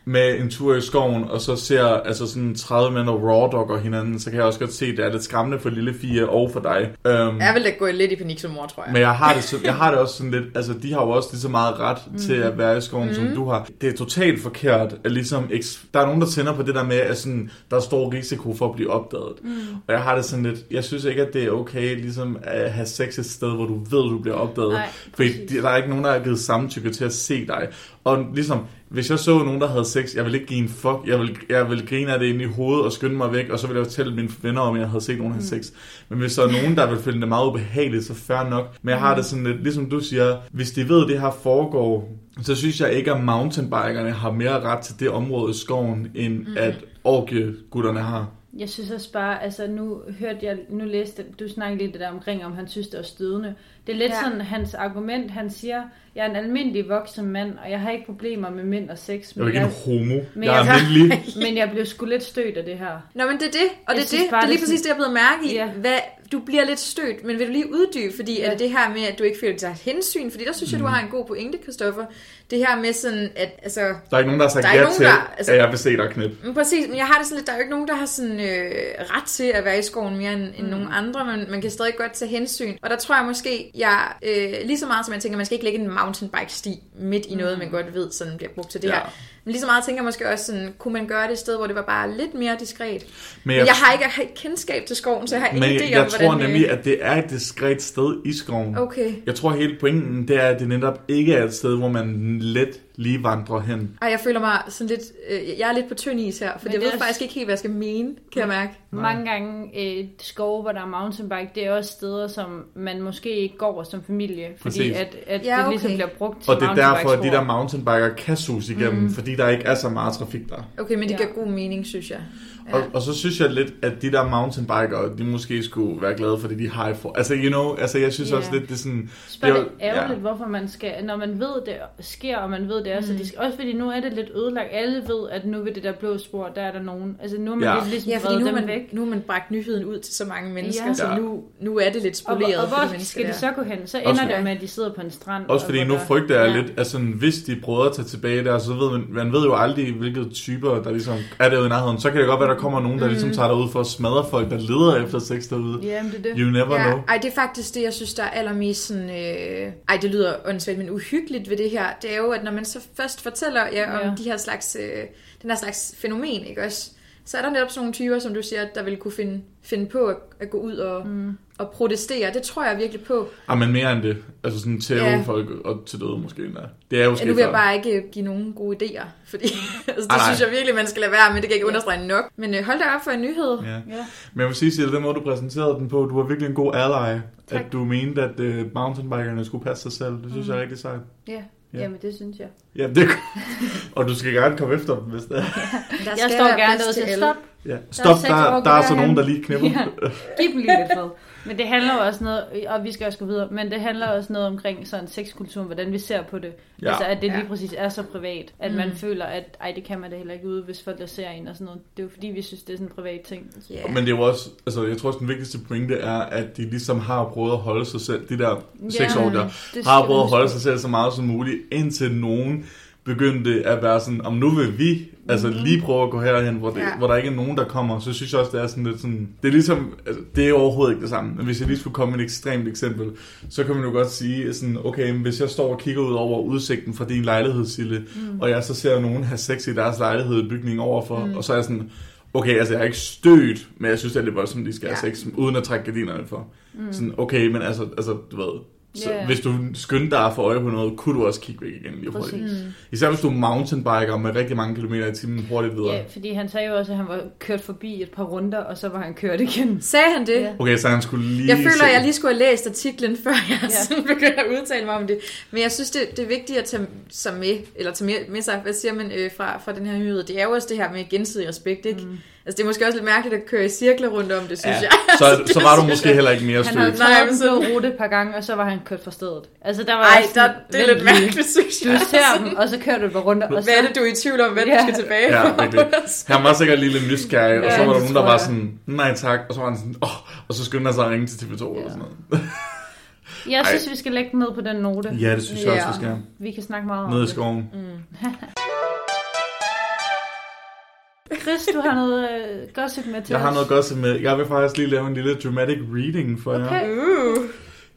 S2: med en tur i skoven, og så ser altså sådan 30 mænd og rawdogger hinanden, så kan jeg også godt se, at det er lidt skræmmende for lille Fie og for dig. Um,
S3: Jeg ville da gå lidt i panik som mor, tror jeg.
S2: men jeg
S3: [laughs]
S2: har, det, så- jeg har det også sådan lidt, altså de har jo også lige så meget ret mm. til
S3: Mhm.
S2: at være i skoven, mm. som du har. Det er totalt forkert, at ligesom, eks- der er nogen, der tænder på det der med, at sådan, der er stor risiko for at blive opdaget.
S3: Mhm.
S2: Mm. Og jeg har det sådan lidt, jeg synes ikke, at det er okay ligesom at have sex et sted, hvor du ved, du bliver opdaget.
S4: Nej,
S2: fordi
S4: præcis.
S2: de- der er ikke nogen, der har givet samtykke til at se dig. Og ligesom, hvis jeg så nogen, der havde sex, jeg ville ikke give en fuck, jeg ville, jeg ville grine af det inde i hovedet og skynde mig væk, og så ville jeg fortælle mine venner, om jeg havde set nogen have sex. Men hvis der er nogen, der vil finde det meget ubehageligt, så fair nok. Men jeg har det sådan lidt, ligesom du siger, hvis de ved, at det her foregår, så synes jeg ikke, at mountainbikerne har mere ret til det område i skoven, end mm. at orkiegutterne har.
S4: Jeg synes også bare, altså nu hørte jeg, nu læste, du snakkede lidt det der omkring, om han synes, det var stødende. Det er lidt ja.
S3: Ja.
S4: sådan hans argument, han siger, jeg er en almindelig voksen mand, og jeg har ikke problemer med mænd og sex,
S2: Jeg er jo
S4: men
S2: ikke
S4: jeg,
S2: en homo.
S4: Men
S2: jeg er
S4: jeg-
S2: almindelig.
S4: men jeg blev sgu lidt stødt af det her.
S3: Nå, men det er det, og
S4: Jeg
S3: det er det.
S4: synes
S3: Det
S4: bare,
S3: er lige
S4: det er
S3: præcis det, jeg er blevet mærke i.
S4: Ja.
S3: Ja. Hvad, du bliver lidt stødt, men vil du lige uddybe, fordi
S4: Ja.
S3: ja. er det det her med, at du ikke føler dig hensyn? Fordi der synes jeg, du
S2: Mm.
S3: har en god pointe, Kristoffer. Det her med sådan, at altså,
S2: Der er ikke nogen, der har sagt
S3: Der er
S2: ja
S3: ikke
S2: til,
S3: nogen, der- altså-
S2: at jeg vil se dig knip.
S3: Men præcis, men jeg har det sådan lidt, der er jo ikke nogen, der har sådan øh, ret til at være i skoven mere end, end mm. nogen andre, men man kan stadig godt tage hensyn. Og der tror jeg måske, jeg øh, lige så meget som jeg tænker, man skal ikke lægge en mountainbike-sti midt i noget, man godt ved, sådan bliver brugt til det
S2: Ja.
S3: ja. her. Men lige så meget tænker jeg måske også sådan, kunne man gøre det et sted, hvor det var bare lidt mere diskret?
S2: Men
S3: Men jeg, jeg har ikke, jeg har ikke kendskab til skoven, så jeg har ingen
S2: men
S3: idé
S2: jeg,
S3: om,
S2: jeg tror
S3: hvordan... øh,
S2: nemlig, at det er et diskret sted i skoven.
S3: Okay.
S2: Jeg tror, hele pointen det er, at det netop ikke er et sted, hvor man let lige vandrer hen.
S3: Ej, jeg føler mig sådan lidt... Øh, jeg er lidt på tynd is her, for jeg
S4: Men det er
S3: ved
S4: også-
S3: faktisk ikke helt, hvad jeg skal mene, kan jeg mærke.
S4: Mange gange øh, skove, hvor der er mountainbike, det er også steder, som man måske ikke går som familie, fordi
S2: Præcis.
S4: at, at
S3: Ja,
S4: det ligesom
S3: okay.
S4: bliver brugt til
S2: Og det er derfor, at de der
S4: mountainbikespor.
S2: mountainbiker kan suse igennem, mm. fordi der ikke er så meget trafik der.
S3: Okay, men det
S4: Ja.
S3: giver god mening, synes jeg.
S2: Ja. Og, og så synes jeg lidt, at de der mountainbikere, de måske skulle være glade for det, de high for. Altså, you know, altså jeg synes
S4: Ja.
S2: yeah. også lidt, det er sådan...
S4: Spørg
S2: det
S4: det er ærgerligt, ja. hvorfor man skal, når man ved, det sker, og man ved, det er mm. så de skal, Også fordi nu er det lidt ødelagt. Alle ved, at nu ved det der blå spor, der er der nogen. Altså nu er man
S2: Ja.
S4: ja. lidt ligesom
S3: Ja,
S4: ja,
S3: fordi nu
S4: dem
S3: er, man,
S4: væk.
S3: nu er man bragt nyheden ud til så mange mennesker,
S4: Ja.
S3: ja. så
S2: Ja.
S3: nu, nu er det lidt
S4: Og,
S3: spoleret
S4: og
S3: for de
S4: hvor
S3: mennesker
S4: skal de
S3: der.
S4: så gå hen? Så ender
S2: Også-
S4: det jo med, at de sidder på en strand.
S2: Også
S4: og
S2: fordi
S4: hvor
S2: nu
S4: der-
S2: frygter jeg
S4: ja.
S2: lidt, at sådan, hvis de prøver at tage tilbage der, så ved man, man ved jo aldrig, hvilke typer, der ligesom er derude i nærheden. Så kan det godt være, der kommer nogen, der ligesom tager derud for at smadre folk, der leder efter sex derude.
S4: Jamen, det er det.
S2: You never
S3: Ja,
S2: know.
S3: ej, det er faktisk det, jeg synes, der er allermest sådan... Øh, ej, det lyder åndssvagt, men uhyggeligt ved det her. Det er jo, at når man så først fortæller jer om
S4: Ja.
S3: ja. de her slags, øh, den her slags fænomen, ikke også? Så er der netop sådan nogle typer, som du siger, der vil kunne finde, finde på at, at gå ud og, mm. og protestere. Det tror jeg virkelig på.
S2: Ah, men mere end det. Altså sådan tæve
S3: Ja.
S2: yeah. folk op til døde måske endda. Det er jo
S3: Ja,
S2: sket
S3: nu vil jeg
S2: før.
S3: bare ikke give nogen gode idéer, fordi [laughs] altså,
S2: Ej,
S3: det
S2: nej.
S3: synes jeg virkelig, man skal lade være med. Det kan jeg ikke understrege nok. Men øh, hold da op for en nyhed.
S2: Ja.
S4: Ja.
S2: Men jeg vil sige, Sille, den måde, du præsenterede den på, du var virkelig en god ally. Tak. At du mente, at uh, mountainbikerne skulle passe sig selv. Det synes mm. jeg er rigtig sejt.
S4: Ja.
S2: Ja.
S4: Jamen, det synes jeg.
S2: Ja, det [laughs] Og du skal gerne komme efter dem, hvis det er.
S3: Der
S4: Jeg
S3: skal
S4: står
S3: være plads
S4: gerne derude og
S3: til
S4: siger,
S3: alle.
S4: stop,
S2: Ja. Stop,
S4: seks
S2: der, der,
S4: år,
S2: der er så
S4: Gurra,
S2: nogen,
S4: han-
S2: der lige knipper.
S4: [laughs] Ja. Giv dem lige lidt fred. Men det handler jo også noget, og vi skal også gå videre, men det handler også noget omkring sådan sexkulturen, hvordan vi ser på det.
S2: Ja.
S4: Ja. Altså at det lige
S3: Ja.
S4: præcis er så privat, at mm.
S3: Mm.
S4: man føler, at ej, det kan man da heller ikke ude, hvis folk der ser en og sådan noget. Det er jo fordi, vi synes, det er sådan en privat ting.
S3: Yeah.
S2: Men det er jo også, altså jeg tror også, den vigtigste pointe er, at de ligesom har prøvet at holde sig selv, de der seks år der,
S4: det
S2: har
S4: skal
S2: prøvet
S4: man
S2: at holde
S4: huske.
S2: sig selv så meget som muligt, indtil nogen begyndte at være sådan, om nu vil vi altså lige prøve at gå herhen, hvor, det,
S3: Ja.
S2: ja. hvor der ikke er nogen, der kommer, så synes jeg også, det er sådan lidt sådan, det er ligesom, altså, det er overhovedet ikke det samme, men hvis jeg lige skulle komme med et ekstremt eksempel, så kan man jo godt sige sådan, okay, men hvis jeg står og kigger ud over udsigten fra din lejlighed, Sille, mm. og jeg så ser nogen have sex i deres lejlighed i bygningen overfor, mm. og så er jeg sådan, okay, altså jeg er ikke stødt, men jeg synes, det er lidt voldsomt, de skal ja.
S3: Ja.
S2: have sex, uden at trække gardinerne for. Mm. Sådan, okay, men altså, altså du ved, så
S4: Ja.
S2: yeah. hvis du skyndte dig for øje på noget, kunne du også kigge væk igen lige hurtigt.
S4: Præcis.
S2: Mm. Især hvis du er mountainbiker med rigtig mange kilometer i timen hurtigt videre.
S4: Ja, fordi han sagde jo også, at han var kørt forbi et par runder, og så var han kørt igen.
S3: Sagde han det?
S4: Ja.
S2: Okay, så han skulle lige
S3: Jeg føler,
S2: se.
S3: at jeg lige skulle have læst artiklen, [laughs] før jeg
S4: Ja.
S3: ja. begyndte at udtale mig om det. Men jeg synes, det, det er vigtigt at tage, sig med, eller tage med, med sig, hvad siger man, øh, fra, fra den her nyhed. Det er jo også det her med gensidig respekt, ikke? Mm. Altså, det er måske også lidt mærkeligt at køre i cirkler rundt om [laughs] det, synes
S2: ja.
S3: jeg.
S2: Så, så var du
S3: synes
S2: måske
S3: jeg.
S2: heller ikke mere [laughs]
S4: Han havde
S2: stødt.
S3: Nej,
S4: taget
S3: men
S4: en
S3: så-
S4: blå rute et par gange, og så var han kørt fra stedet. Altså der var
S3: Ej,
S4: jeg også
S3: der,
S4: sådan,
S3: det er
S4: vent
S3: lidt
S4: lige.
S3: mærkeligt, synes jeg.
S4: Du ser dem, og så kører du et par runder, og
S3: [laughs]
S4: så...
S3: Hvad er det, du er i tvivl om, hvad ja.
S4: Ja.
S3: du skal tilbage [laughs]
S2: Ja,
S3: for?
S2: virkelig. Han var sikkert lige lidt nysgerrig, og
S4: Ja,
S2: så var der
S4: det
S2: nogen, der
S4: tror
S2: var
S4: jeg.
S2: sådan, nej tak, og så var han sådan, åh, og så skyndte han sig at ringe til TV2 eller sådan noget.
S4: Jeg
S2: Ej.
S4: synes, vi skal lægge den ned på den note.
S2: Ja, det synes jeg også, vi
S3: Ja.
S2: skal.
S4: Vi kan snakke meget om
S2: Nede i
S4: det.
S2: skoven.
S4: Chris, du har noget øh, gossip med til
S2: Jeg har
S4: os.
S2: noget godt med. Jeg vil faktisk lige lave en lille dramatic reading for jer.
S4: Okay.
S3: Uh.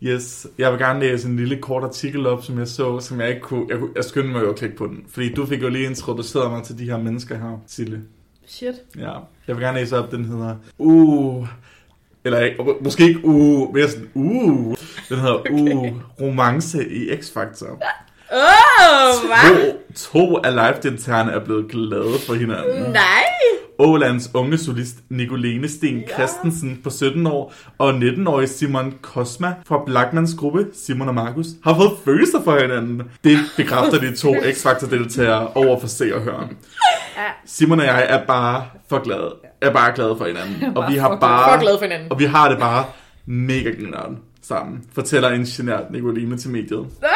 S2: Yes, jeg vil gerne læse en lille kort artikel op, som jeg så, som jeg ikke kunne... Jeg, kunne, jeg skyndte mig jo at klikke på den, fordi du fik jo lige introduceret mig til de her mennesker her, Sille.
S4: Shit.
S2: Ja, jeg vil gerne læse op, den hedder... Uh... Eller ikke- må- måske ikke uh, mere sådan uh. Den hedder uh, romance i X-Factor.
S3: Oh, hvad?
S2: To, to af live-deltagerne er blevet glade for hinanden.
S3: Nej.
S2: Ålands unge solist Nicoline Sten ja. Christensen på 17 år og 19-årige Simon Kosma fra Blackmans gruppe, Simon og Markus, har fået følelser for hinanden. Det bekræfter de [laughs] to X-Factor-deltagere over for se og høre. Simon og jeg er bare for glade, er bare glade for [laughs] hinanden, og vi har
S3: For glad
S2: bare
S3: for hinanden.
S2: og vi har det bare mega grineren sammen, fortæller ingeniør Nicoline til mediet.
S3: Ah!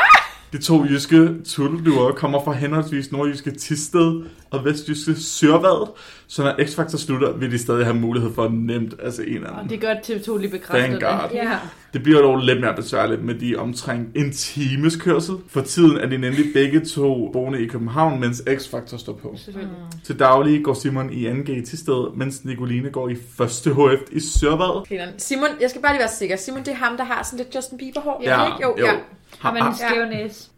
S2: De to jyske tulleduer kommer fra henholdsvis nordjyske Tisted og vestjyske Sørvad, så når X-Factor slutter, vil de stadig have mulighed for nemt at se en
S4: Og
S2: anden.
S4: det er godt, TV2 lige bekræfter
S2: Thank God.
S4: det. Ja.
S2: Det bliver dog lidt mere besværligt med de omkring en times kørsel. For tiden er de nemlig begge to boende i København, mens X-Factor står på.
S4: Selvfølgelig.
S3: Mm.
S2: Til daglig går Simon i 2G i Tisted, mens Nicoline går i 1. HF i Sørvad.
S3: Grineren. Simon, jeg skal bare lige være sikker. Simon, det er ham, der har sådan lidt Justin Bieber-hår. ikke? Jo, ja.
S4: Har man en
S2: Har-
S4: skæv næse?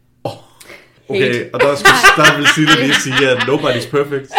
S2: Okay, og der, skulle, der vil Sille lige sige, at nobody's perfect.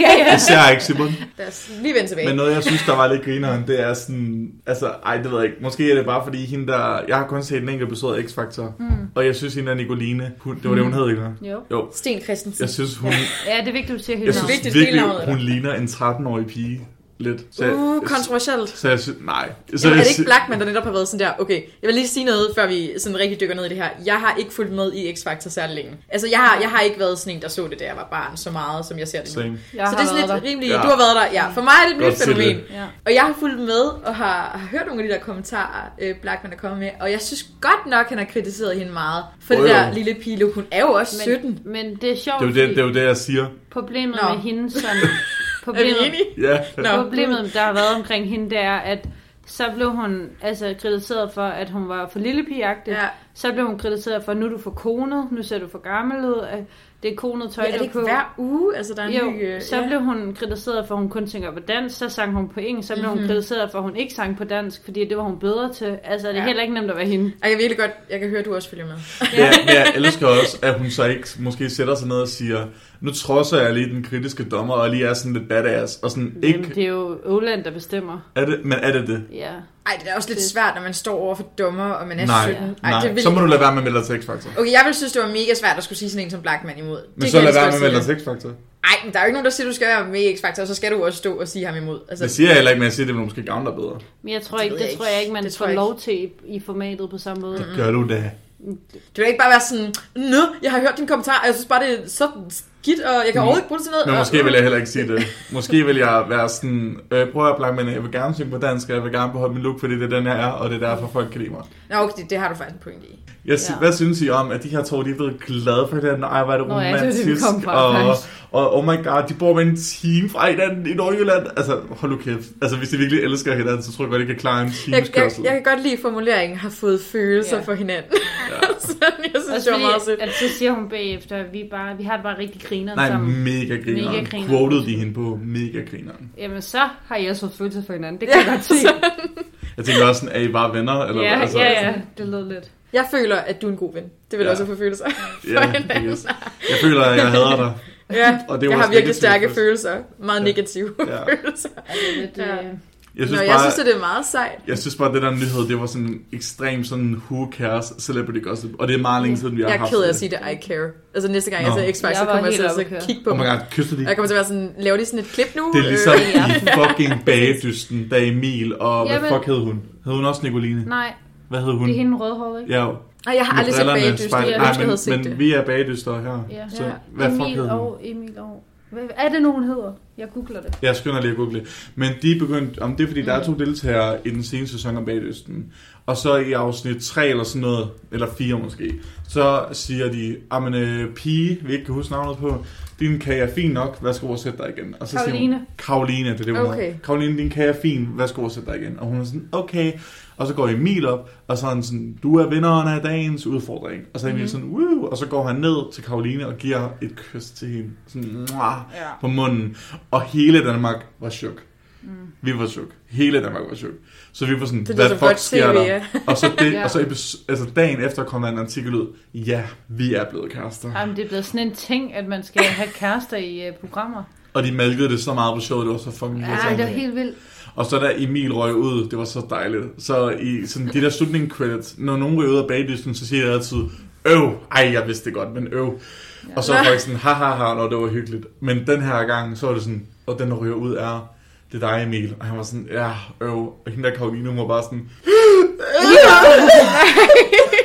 S4: ja, ja.
S2: Især ikke Simon.
S3: Lad os lige vende tilbage.
S2: Men noget, jeg synes, der var lidt grineren, det er sådan... Altså, ej, det ved jeg ikke. Måske er det bare, fordi hende der... Jeg har kun set en enkelt episode af X-Factor. Mm. Og jeg synes, hende der Nicoline... Hun, det var det, hun hed, ikke?
S4: Jo.
S2: Jo.
S3: Sten Christensen.
S2: Jeg synes, hun,
S4: Ja, det er vigtigt, at du siger hele
S2: jeg
S4: navnet.
S2: synes
S3: vigtigt
S2: virkelig,
S3: delnavn, eller?
S2: hun ligner en 13-årig pige. Lidt. Så jeg,
S3: Uh,
S2: så,
S3: kontroversielt.
S2: så jeg synes... Nej. Så
S3: Jamen, er
S2: jeg,
S3: det ikke
S2: sy-
S3: Blackman, der netop har været sådan der, okay, jeg vil lige sige noget, før vi sådan rigtig dykker ned i det her. Jeg har ikke fulgt med i X-Factor særlig længe. Altså, jeg har, jeg har ikke været sådan en, der så det, da jeg var barn, så meget, som jeg ser det nu.
S2: Same.
S4: Jeg
S3: så
S4: har
S3: det er sådan lidt
S4: været der.
S3: rimeligt.
S2: Ja.
S3: Ja. Du har været der. Ja, for mig er det et
S2: Godt
S3: nyt
S2: til
S3: fænomen.
S4: Ja.
S3: Og jeg har fulgt med og har, har hørt nogle af de der kommentarer, øh, Blackman er kommet med. Og jeg synes godt nok, han har kritiseret hende meget for
S2: Jo,
S3: det
S2: jo.
S3: der lille pilo. Hun er jo også 17.
S4: Men det er sjovt,
S2: Det er jo det, det, er jo det jeg siger.
S4: problemet
S3: Nå.
S4: med hende som...
S3: [laughs] Er vi
S4: Problemet,
S3: enige?
S2: Ja.
S3: Nå.
S4: problemet, der har været omkring hende, det er, at så blev hun altså kritiseret for, at hun var for lillepigeagtig.
S3: Ja.
S4: Så blev hun kritiseret for, at nu er du for konet, nu ser du for gammel ud, at det er konet tøj,
S3: Ja, er det
S4: du
S3: ikke
S4: på.
S3: hver uge? Altså, der er en
S4: Jo,
S3: ny... øh,
S4: så
S3: ja.
S4: blev hun kritiseret for, at hun kun synger på dansk, så sang hun på engelsk, så blev
S3: Mhm.
S4: mm-hmm. hun kritiseret for, at hun ikke sang på dansk, fordi det var hun bedre til. Altså, det er
S3: Ja.
S4: ja. heller ikke nemt at være hende.
S3: Jeg kan virkelig godt... Jeg kan høre, at du også følger med.
S2: Men jeg, men jeg elsker også, at hun så ikke måske sætter sig ned og siger, nu trodser jeg lige den kritiske dommer, og lige er sådan lidt badass, og sådan ikke,
S4: Jamen, det er jo Åland, der bestemmer.
S2: er det, men er det det?
S4: Ja.
S3: Ej, det er også lidt svært, når man står over for dommer, og man er
S2: nej,
S3: 17. Ej,
S2: nej.
S3: det vil...
S2: så må du lade være med at melde dig til X-Factor.
S3: Okay, jeg vil synes, det var mega svært at skulle sige sådan en som Blackman imod.
S2: Men
S3: det
S2: så
S3: kan jeg
S2: lad
S3: lige
S2: være
S3: så
S2: med at
S3: godt
S2: melde dig
S3: sige.
S2: til X-Factor.
S3: Ej, men der er jo ikke nogen, der siger, du skal være med i X-Factor, og så skal du også stå og sige ham imod. Altså,
S2: Det siger jeg heller ikke, men jeg siger, det vil måske gavne dig bedre.
S4: Men jeg tror
S3: Det
S4: ikke,
S3: ved
S4: det
S3: jeg
S4: tror
S3: ikke.
S4: jeg ikke, man
S3: Det tror
S4: får
S3: jeg
S4: lov til i, i formatet på samme måde.
S2: Gør du det?
S3: Det vil ikke bare være sådan, nå, jeg har hørt din kommentar, og jeg synes bare, det er så skidt, og jeg kan overhovedet ikke bruge det til noget.
S2: Mm. Men
S3: og-
S2: måske vil jeg heller ikke sige det. Måske vil jeg være sådan, øh, prøv at plage, men jeg vil gerne synge på dansk, og jeg vil gerne beholde min look, fordi det er den, jeg er, og det er derfor, folk kan lide mig.
S3: Nå, okay, det, det har du faktisk en pointe i.
S2: Jeg sy-
S4: Ja.
S2: ja. Hvad synes I om, at de her to de er blevet glade for hinanden? Ej, hvor er det
S4: Nå ja, det var det,
S2: romantisk.
S4: vi kom fra,
S2: og,
S4: faktisk.
S2: og, oh my god, de bor med en time fra hinanden i Nordjylland. Altså, hold nu kæft. Altså, hvis de virkelig elsker hinanden, så tror jeg godt, de kan klare en times
S3: Jeg, jeg,
S2: kørsel.
S3: jeg kan godt lide formuleringen, har fået følelser
S4: Ja.
S3: for hinanden. Ja. [laughs] Sådan, jeg synes,
S4: Også
S3: det var meget
S4: fordi,
S3: sødt.
S4: at så siger hun bagefter, at vi, bare, vi har det bare rigtig griner
S2: Nej,
S4: sammen.
S2: mega
S4: Mega
S2: grineren.
S4: grineren.
S2: Quoted de hende på mega grineren.
S4: Jamen, så har jeg så følelser for hinanden. Det kan jeg godt se.
S2: Jeg tænker også sådan, er I bare venner? Eller,
S4: Ja,
S2: altså,
S4: ja, ja. Det lød lidt.
S3: Jeg føler, at du er en god ven. Det vil
S2: Ja.
S3: også få følelser.
S2: ja yes. Jeg føler, at jeg hader dig.
S3: Ja,
S2: Og [laughs] det var
S3: jeg har
S2: også
S3: virkelig
S2: negative
S3: stærke
S2: følelser.
S3: følelser. Meget
S2: Ja.
S3: negative
S2: Ja.
S3: [laughs] følelser.
S4: lidt
S3: Ja.
S4: øh,
S2: Jeg
S3: Nå,
S2: synes
S3: jeg
S2: bare,
S3: synes, at det er meget sejt.
S2: jeg synes bare, at den der nyhed, det var sådan ekstrem sådan who cares celebrity gossip. Og det er meget længe siden, vi har
S3: Jeg er
S2: haft
S3: ked af at
S2: det.
S3: sige det, I care. Altså næste gang, jeg
S2: Nå.
S3: ser X-Factor,
S4: Jeg var
S3: kommer jeg
S4: helt
S3: til at
S4: oppe
S3: sidde
S4: at
S3: og
S4: køre.
S3: kigge på
S2: Oh my
S3: mig.
S2: god, kysser de?
S3: Og jeg kommer til at være sådan, laver de sådan et klip nu?
S2: Det er ligesom
S3: Øh,
S2: i fucking bagedysten, da Emil, og hvad
S4: Jamen.
S2: fuck hed hun? Hed hun også Nicoline?
S4: Nej,
S2: Hvad hed hun?
S4: det er hende rødhåret, ikke?
S2: Ja,
S3: Ej, jeg har aldrig set
S2: brillerne,
S3: bagdyst.
S2: spejl-
S3: Jeg
S2: Nej,
S3: ønsker, jeg havde
S2: men,
S3: set
S2: men
S3: det.
S2: vi er bagedyster her.
S4: Ja.
S2: Så
S3: Ja.
S2: hvad fuck
S4: Emil
S2: hed hun?
S4: og Emil og... Hvad er det, nogen hedder? Jeg googler det.
S2: Jeg skynder lige at google det. Men de er begyndt, om det er fordi, der er to deltagere i den seneste sæson om Bagdysten. Og så i afsnit 3 eller sådan noget, eller 4 måske, så siger de, at en øh, pige, vi ikke kan huske navnet på, din kage er fin nok, værsgo og sæt dig igen. Og så Siger hun,
S4: Karoline.
S2: Karoline, det er det, hun
S3: Okay.
S2: okay. Karoline, din kage er fin, værsgo og sæt dig igen. Og hun er sådan, okay. Og så går Emil op, og så er han sådan, du er vinderen af dagens udfordring. Og så er Emil sådan, Woo! og så går han ned til Karoline og giver et kys til hende. Sådan, Mwah!
S4: Ja.
S2: på munden. Og hele Danmark var chok. Mm. Vi var chok. Hele Danmark var chok. Så vi var sådan,
S3: lyder
S2: hvad
S3: som
S2: fuck
S3: godt
S2: sker
S3: TV,
S2: der?
S3: ja.
S2: [laughs] Og så, det,
S4: Ja.
S2: og så epis- altså dagen efter kom der en artikel ud. Ja, vi er blevet kærester.
S4: Jamen, det er blevet sådan en ting, at man skal have kærester i øh, programmer. Altså, øh,
S2: Og de malkede det så meget på showet, det var så fucking
S4: Ja, det
S2: irriterende.
S4: er helt vildt.
S2: Og så da Emil røg ud, det var så dejligt. Så i sådan de der slutning credits, når nogen ryger ud af bagdysten, så siger jeg altid, øv, ej, jeg vidste det godt, men øv. Ja. Og så er folk sådan, ha ha ha, når det var hyggeligt. Men den her gang, så var det sådan, og den der ryger ud er, det er dig Emil. Og han var sådan, ja, øv. Og hende der Karoline, hun var bare sådan,
S3: [laughs]
S2: [laughs]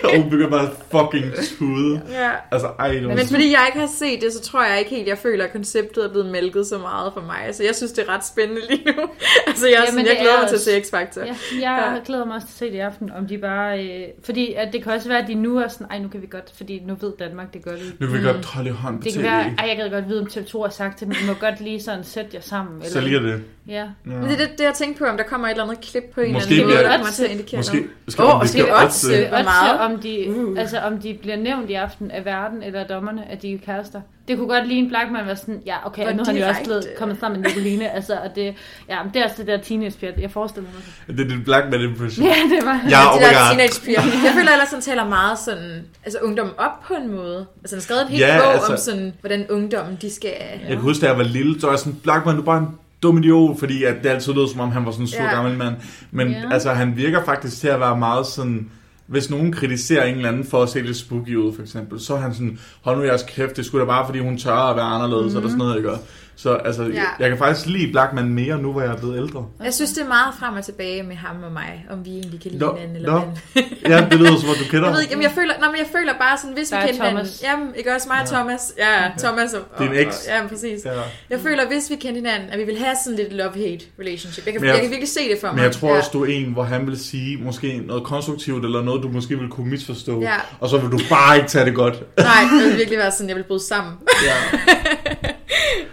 S2: og hun begyndte bare at fucking tude.
S3: Ja.
S2: Altså, ej, det var
S3: Men
S2: sådan,
S3: fordi jeg ikke har set det, så tror jeg ikke helt, jeg føler, at konceptet er blevet mælket så meget for mig. Så jeg synes, det er ret spændende [laughs] lige nu. altså, jeg, er
S4: Jamen,
S3: sådan, jeg
S4: det
S3: glæder
S4: er
S3: mig til at
S4: også-
S3: se X-Factor.
S2: [laughs]
S4: Ja, jeg glæder mig også til at se det i aften, om de bare... Øh, fordi at det kan også være, at de nu er sådan, ej, nu kan vi godt, fordi nu ved Danmark, det gør det.
S2: nu kan vi
S3: Mm.
S2: godt holde i hånd på
S4: Det
S2: tv.
S4: kan være, ej, jeg kan godt vide, om TV2 har sagt til dem, I må godt lige sådan sætte jer sammen. Eller,
S2: Så lige er det.
S4: Ja.
S2: Ja.
S3: Men det er det, det, jeg tænkte på, om der kommer et eller andet klip på en eller
S2: Måske
S3: anden måde,
S2: bliver-
S3: der kommer til at indikere
S2: Måske,
S3: noget.
S2: måske,
S3: Åh,
S2: vi
S3: og
S2: skal
S3: det er odds, øh,
S2: oddse.
S4: Det
S3: Hvor
S4: er
S3: meget?
S4: også, om de, uh. altså, om de bliver nævnt i aften af verden eller af dommerne, at de er kærester. Det kunne godt ligne Blackman være sådan, ja, okay,
S3: Hvor
S4: og nu har de også
S3: direkte.
S4: blevet kommet sammen med Nicoline. altså, og det, ja, men det er også det der teenage jeg forestiller mig.
S2: Det er dit black man
S3: [laughs]
S2: impression.
S4: [laughs] Ja, det var...
S2: Ja, oh my
S3: de der
S2: god.
S3: teenagepiger. Jeg føler ellers, han taler meget sådan, altså ungdom op på en måde. Altså han har skrevet en hel
S2: Ja,
S3: bog om
S2: altså-
S3: sådan, hvordan ungdommen de skal...
S2: Jeg kan huske, da jeg var lille, så var jeg sådan, Blackman, du er bare en dum idiot, fordi at det altid lød, som om han var sådan en sur
S3: Ja.
S2: yeah. gammel mand. Men
S4: Ja.
S2: yeah. altså, han virker faktisk til at være meget sådan... Hvis nogen kritiserer en eller anden for at se lidt spooky ud, for eksempel, så er han sådan, hold nu jeres kæft, det skulle da bare, fordi hun tør at være anderledes, mm. eller sådan noget, jeg gør. Så altså,
S3: Mhm. Ja.
S2: jeg, jeg kan faktisk lide Blackman mere, nu hvor jeg er blevet ældre.
S3: Jeg synes, det er meget frem og tilbage med ham og mig, om vi egentlig kan lide
S2: Nå,
S3: hinanden eller
S2: nå.
S3: hvad.
S2: Ja, det lyder som om, du kender
S3: Jeg ved
S2: ham.
S3: ikke, jamen jeg føler, nej, men jeg føler bare sådan, hvis
S4: Der
S3: vi
S4: er
S3: kendte hinanden...
S4: Thomas.
S3: Jamen, ikke også mig og Thomas? Ja, Thomas og...
S2: Det er en
S3: og-
S2: ex.
S3: og- Ja, præcis.
S2: Ja.
S3: Jeg føler, hvis vi kendte hinanden, at vi ville have sådan lidt love-hate relationship. Jeg kan,
S2: Men
S3: jeg,
S2: jeg-
S3: jeg kan virkelig se det for mig.
S2: Men jeg tror
S3: ja.
S2: også, du er en, hvor han vil sige måske noget konstruktivt, eller noget, du måske vil kunne misforstå,
S3: Ja.
S2: og så vil du bare ikke tage det godt.
S3: Nej, det ville virkelig være sådan, jeg ville bryde
S4: [laughs]
S3: sammen.
S2: [laughs] Ja.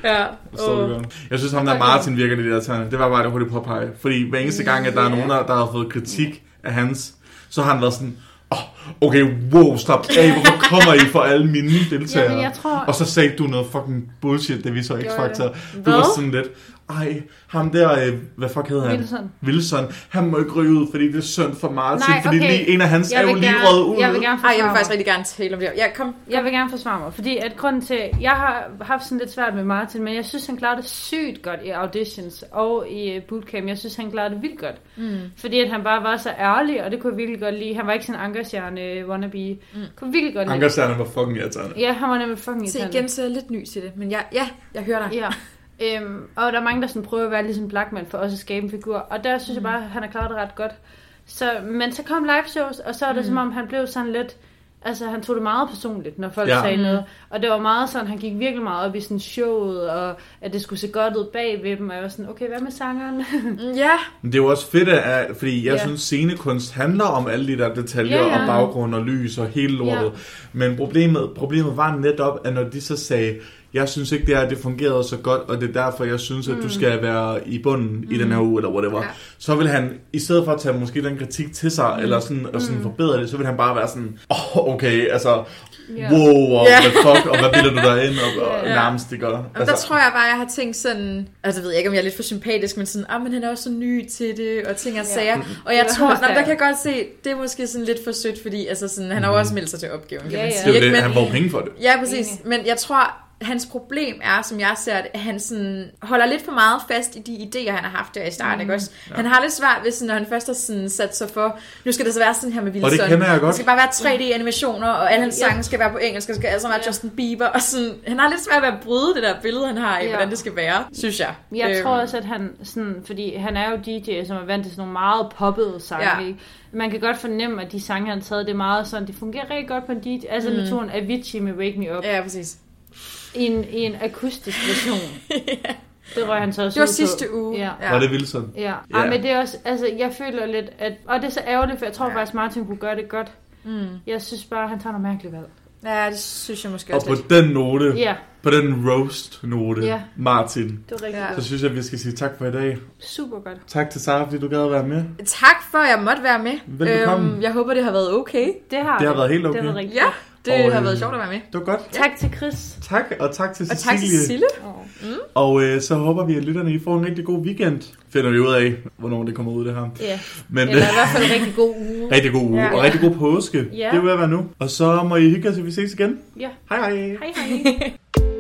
S3: ja.
S2: Forstår du godt? Jeg synes, ham der Martin virker lidt irriterende. Det var bare det hurtigt påpege. Fordi hver eneste gang, at der er nogen, der, der har fået kritik af hans, så har han været sådan, oh, okay, wow, stop af, hvorfor kommer I for alle mine deltagere?
S4: Jamen, jeg tror-
S2: Og så sagde du noget fucking bullshit, det vi så X-Factor. Du
S3: Hvad?
S2: var sådan lidt, ej, ham der, øh, hvad fuck hedder han?
S4: Wilson.
S2: Wilson. Han må ikke ryge ud, fordi det er synd for Martin,
S4: Nej,
S2: fordi
S4: okay.
S2: lige en af hans er
S4: Jeg
S2: jo
S4: vil,
S2: lige røget ud.
S4: gerne, jeg vil gerne
S3: Ej, jeg vil
S4: forsvare
S3: faktisk
S4: mig.
S3: rigtig gerne tale om det. her. Ja, kom.
S4: Jeg vil gerne forsvare mig, fordi at grunden til, jeg har haft sådan lidt svært med Martin, men jeg synes, han klarede det sygt godt i auditions og i øh, bootcamp. Jeg synes, han klarede det vildt godt. Mm. Fordi at han bare var så ærlig, og det kunne jeg virkelig godt lide. Han var ikke sådan en ankersjerne øh, wannabe. Mm. Kunne virkelig godt lide.
S2: Ankerstjerne var fucking irriterende.
S4: Ja, han var nemlig fucking
S3: Se
S4: irriterende.
S3: igen, så er jeg lidt ny til det. Men ja, ja jeg hører dig.
S4: Ja. Øhm, og der er mange, der sådan prøver at være ligesom Blackman for også at skabe en figur. Og der synes mm. jeg bare, at han har klaret det ret godt. Så, men så kom live shows, og så er det mm. som om, han blev sådan lidt... altså han tog det meget personligt, når folk
S2: Ja.
S4: ja. Mm. sagde noget. Og det var meget sådan, han gik virkelig meget op i sådan showet, og at det skulle se godt ud bag ved dem. Og jeg var sådan, okay, hvad med [laughs] sangeren?
S3: Ja,
S2: Men det er jo også fedt, at, fordi jeg
S4: Ja.
S2: synes, scenekunst handler om alle de der detaljer,
S4: Ja,
S2: ja,
S4: ja.
S2: ja. og baggrund og lys og hele lortet.
S4: Ja.
S2: Men problemet, problemet var netop, at når de så sagde, jeg synes ikke det her, det fungerede så godt, og det er derfor, jeg synes, at du skal være i bunden mm. i den her uge, eller whatever,
S3: Ja.
S2: ja. så vil han, i stedet for at tage måske den kritik til sig, mm. eller sådan, og sådan forbedre det, så vil han bare være sådan, oh, okay, altså, yeah. wow, og
S3: Ja.
S2: yeah. hvad fuck, og hvad bilder du derind, og, og Altså,
S4: Ja.
S2: nærmest det gør.
S3: Jamen, der tror jeg bare, jeg har tænkt sådan, altså jeg ved ikke, om jeg er lidt for sympatisk, men sådan, ah, men han er også så ny til det, og ting og sager.
S2: Mm-hmm.
S3: Og jeg
S4: Det var
S3: tror,
S4: også
S3: nå,
S4: der.
S3: der kan jeg godt se, det er måske sådan lidt for sødt, fordi altså sådan, han har jo også meldt sig til opgaven, kan
S4: Ja,
S3: man
S4: ja.
S2: Mm-hmm. det er
S3: sige.
S2: jo det,
S3: ikke?
S2: han
S3: Men,
S2: får jo penge for det.
S3: ja, præcis. Men jeg tror, hans problem er, som jeg ser det, at han sådan holder lidt for meget fast i de idéer, han har haft der i starten,
S4: Mm.
S3: ikke også? Han har lidt svært ved, sådan, når han først har sådan sat sig for, nu skal det så være sådan her med Wilson.
S2: kender jeg godt.
S3: Det skal bare være 3D-animationer, og alle hans sange skal være på engelsk, og skal altså være
S4: Ja.
S3: Justin Bieber, og sådan, han har lidt svært ved at bryde det der billede, han har i,
S4: Ja.
S3: hvordan det skal være, synes jeg.
S4: Jeg
S3: Øhm,
S4: tror også, at han sådan, fordi han er jo DJ, som er vant til sådan nogle meget poppede sange.
S3: Ja.
S4: Ja. Ikke? Man kan godt fornemme, at de sange, han har taget, det er meget sådan, det fungerer rigtig godt på en DJ. Altså mm. med turen Avicii med Wake Me Up. Ja.
S3: Ja, præcis.
S4: I, en, I en akustisk
S2: [laughs]
S4: version. ja. Det røg han så også
S3: Det var
S4: ud på.
S3: sidste uge.
S4: Ja.
S2: Var det Wilson?
S4: Ja,
S2: Ja.
S4: ja. Ej, men det er også, altså, jeg føler lidt, at, og det er så ærgerligt, for jeg tror
S3: Ja.
S4: ja. faktisk, Martin kunne gøre det godt.
S3: Mm.
S4: Jeg synes bare, han tager nogle mærkelige valg.
S3: ja, det synes jeg måske
S2: Og
S3: også
S2: på
S3: lidt.
S2: den note,
S4: Ja,
S2: på den roast-note,
S4: Ja.
S2: Martin,
S4: det er rigtigt.
S3: Ja.
S4: Ja.
S2: så synes jeg, at vi skal sige tak for i dag.
S4: Super godt.
S2: Tak til Sara, fordi du gad at være med.
S3: Tak for, at jeg måtte være med. Øhm,
S2: Velbekomme.
S3: jeg håber, det har været okay.
S4: Det har,
S2: Det har været helt
S4: Det
S2: okay.
S4: har været rigtig
S3: Ja,
S4: godt.
S3: det
S2: Og,
S3: har
S2: øh,
S3: været sjovt at være med.
S2: Det var godt.
S4: Tak til Chris.
S2: Tak, og tak til
S3: Og tak til
S2: Cecilie.
S3: Sille.
S4: Oh.
S2: Og øh, så håber vi, at lytterne I får en rigtig god weekend. Finder vi ud af, hvornår det kommer ud, det her.
S4: Ja.
S2: Men øh,
S4: Eller i hvert fald en rigtig god uge.
S2: rigtig god uge,
S4: Ja.
S2: og rigtig god påske.
S4: Ja.
S2: Det er ved at være nu. Og så må I hygge jer, så vi ses igen.
S4: Ja.
S2: Hej hej.
S4: Hej hej.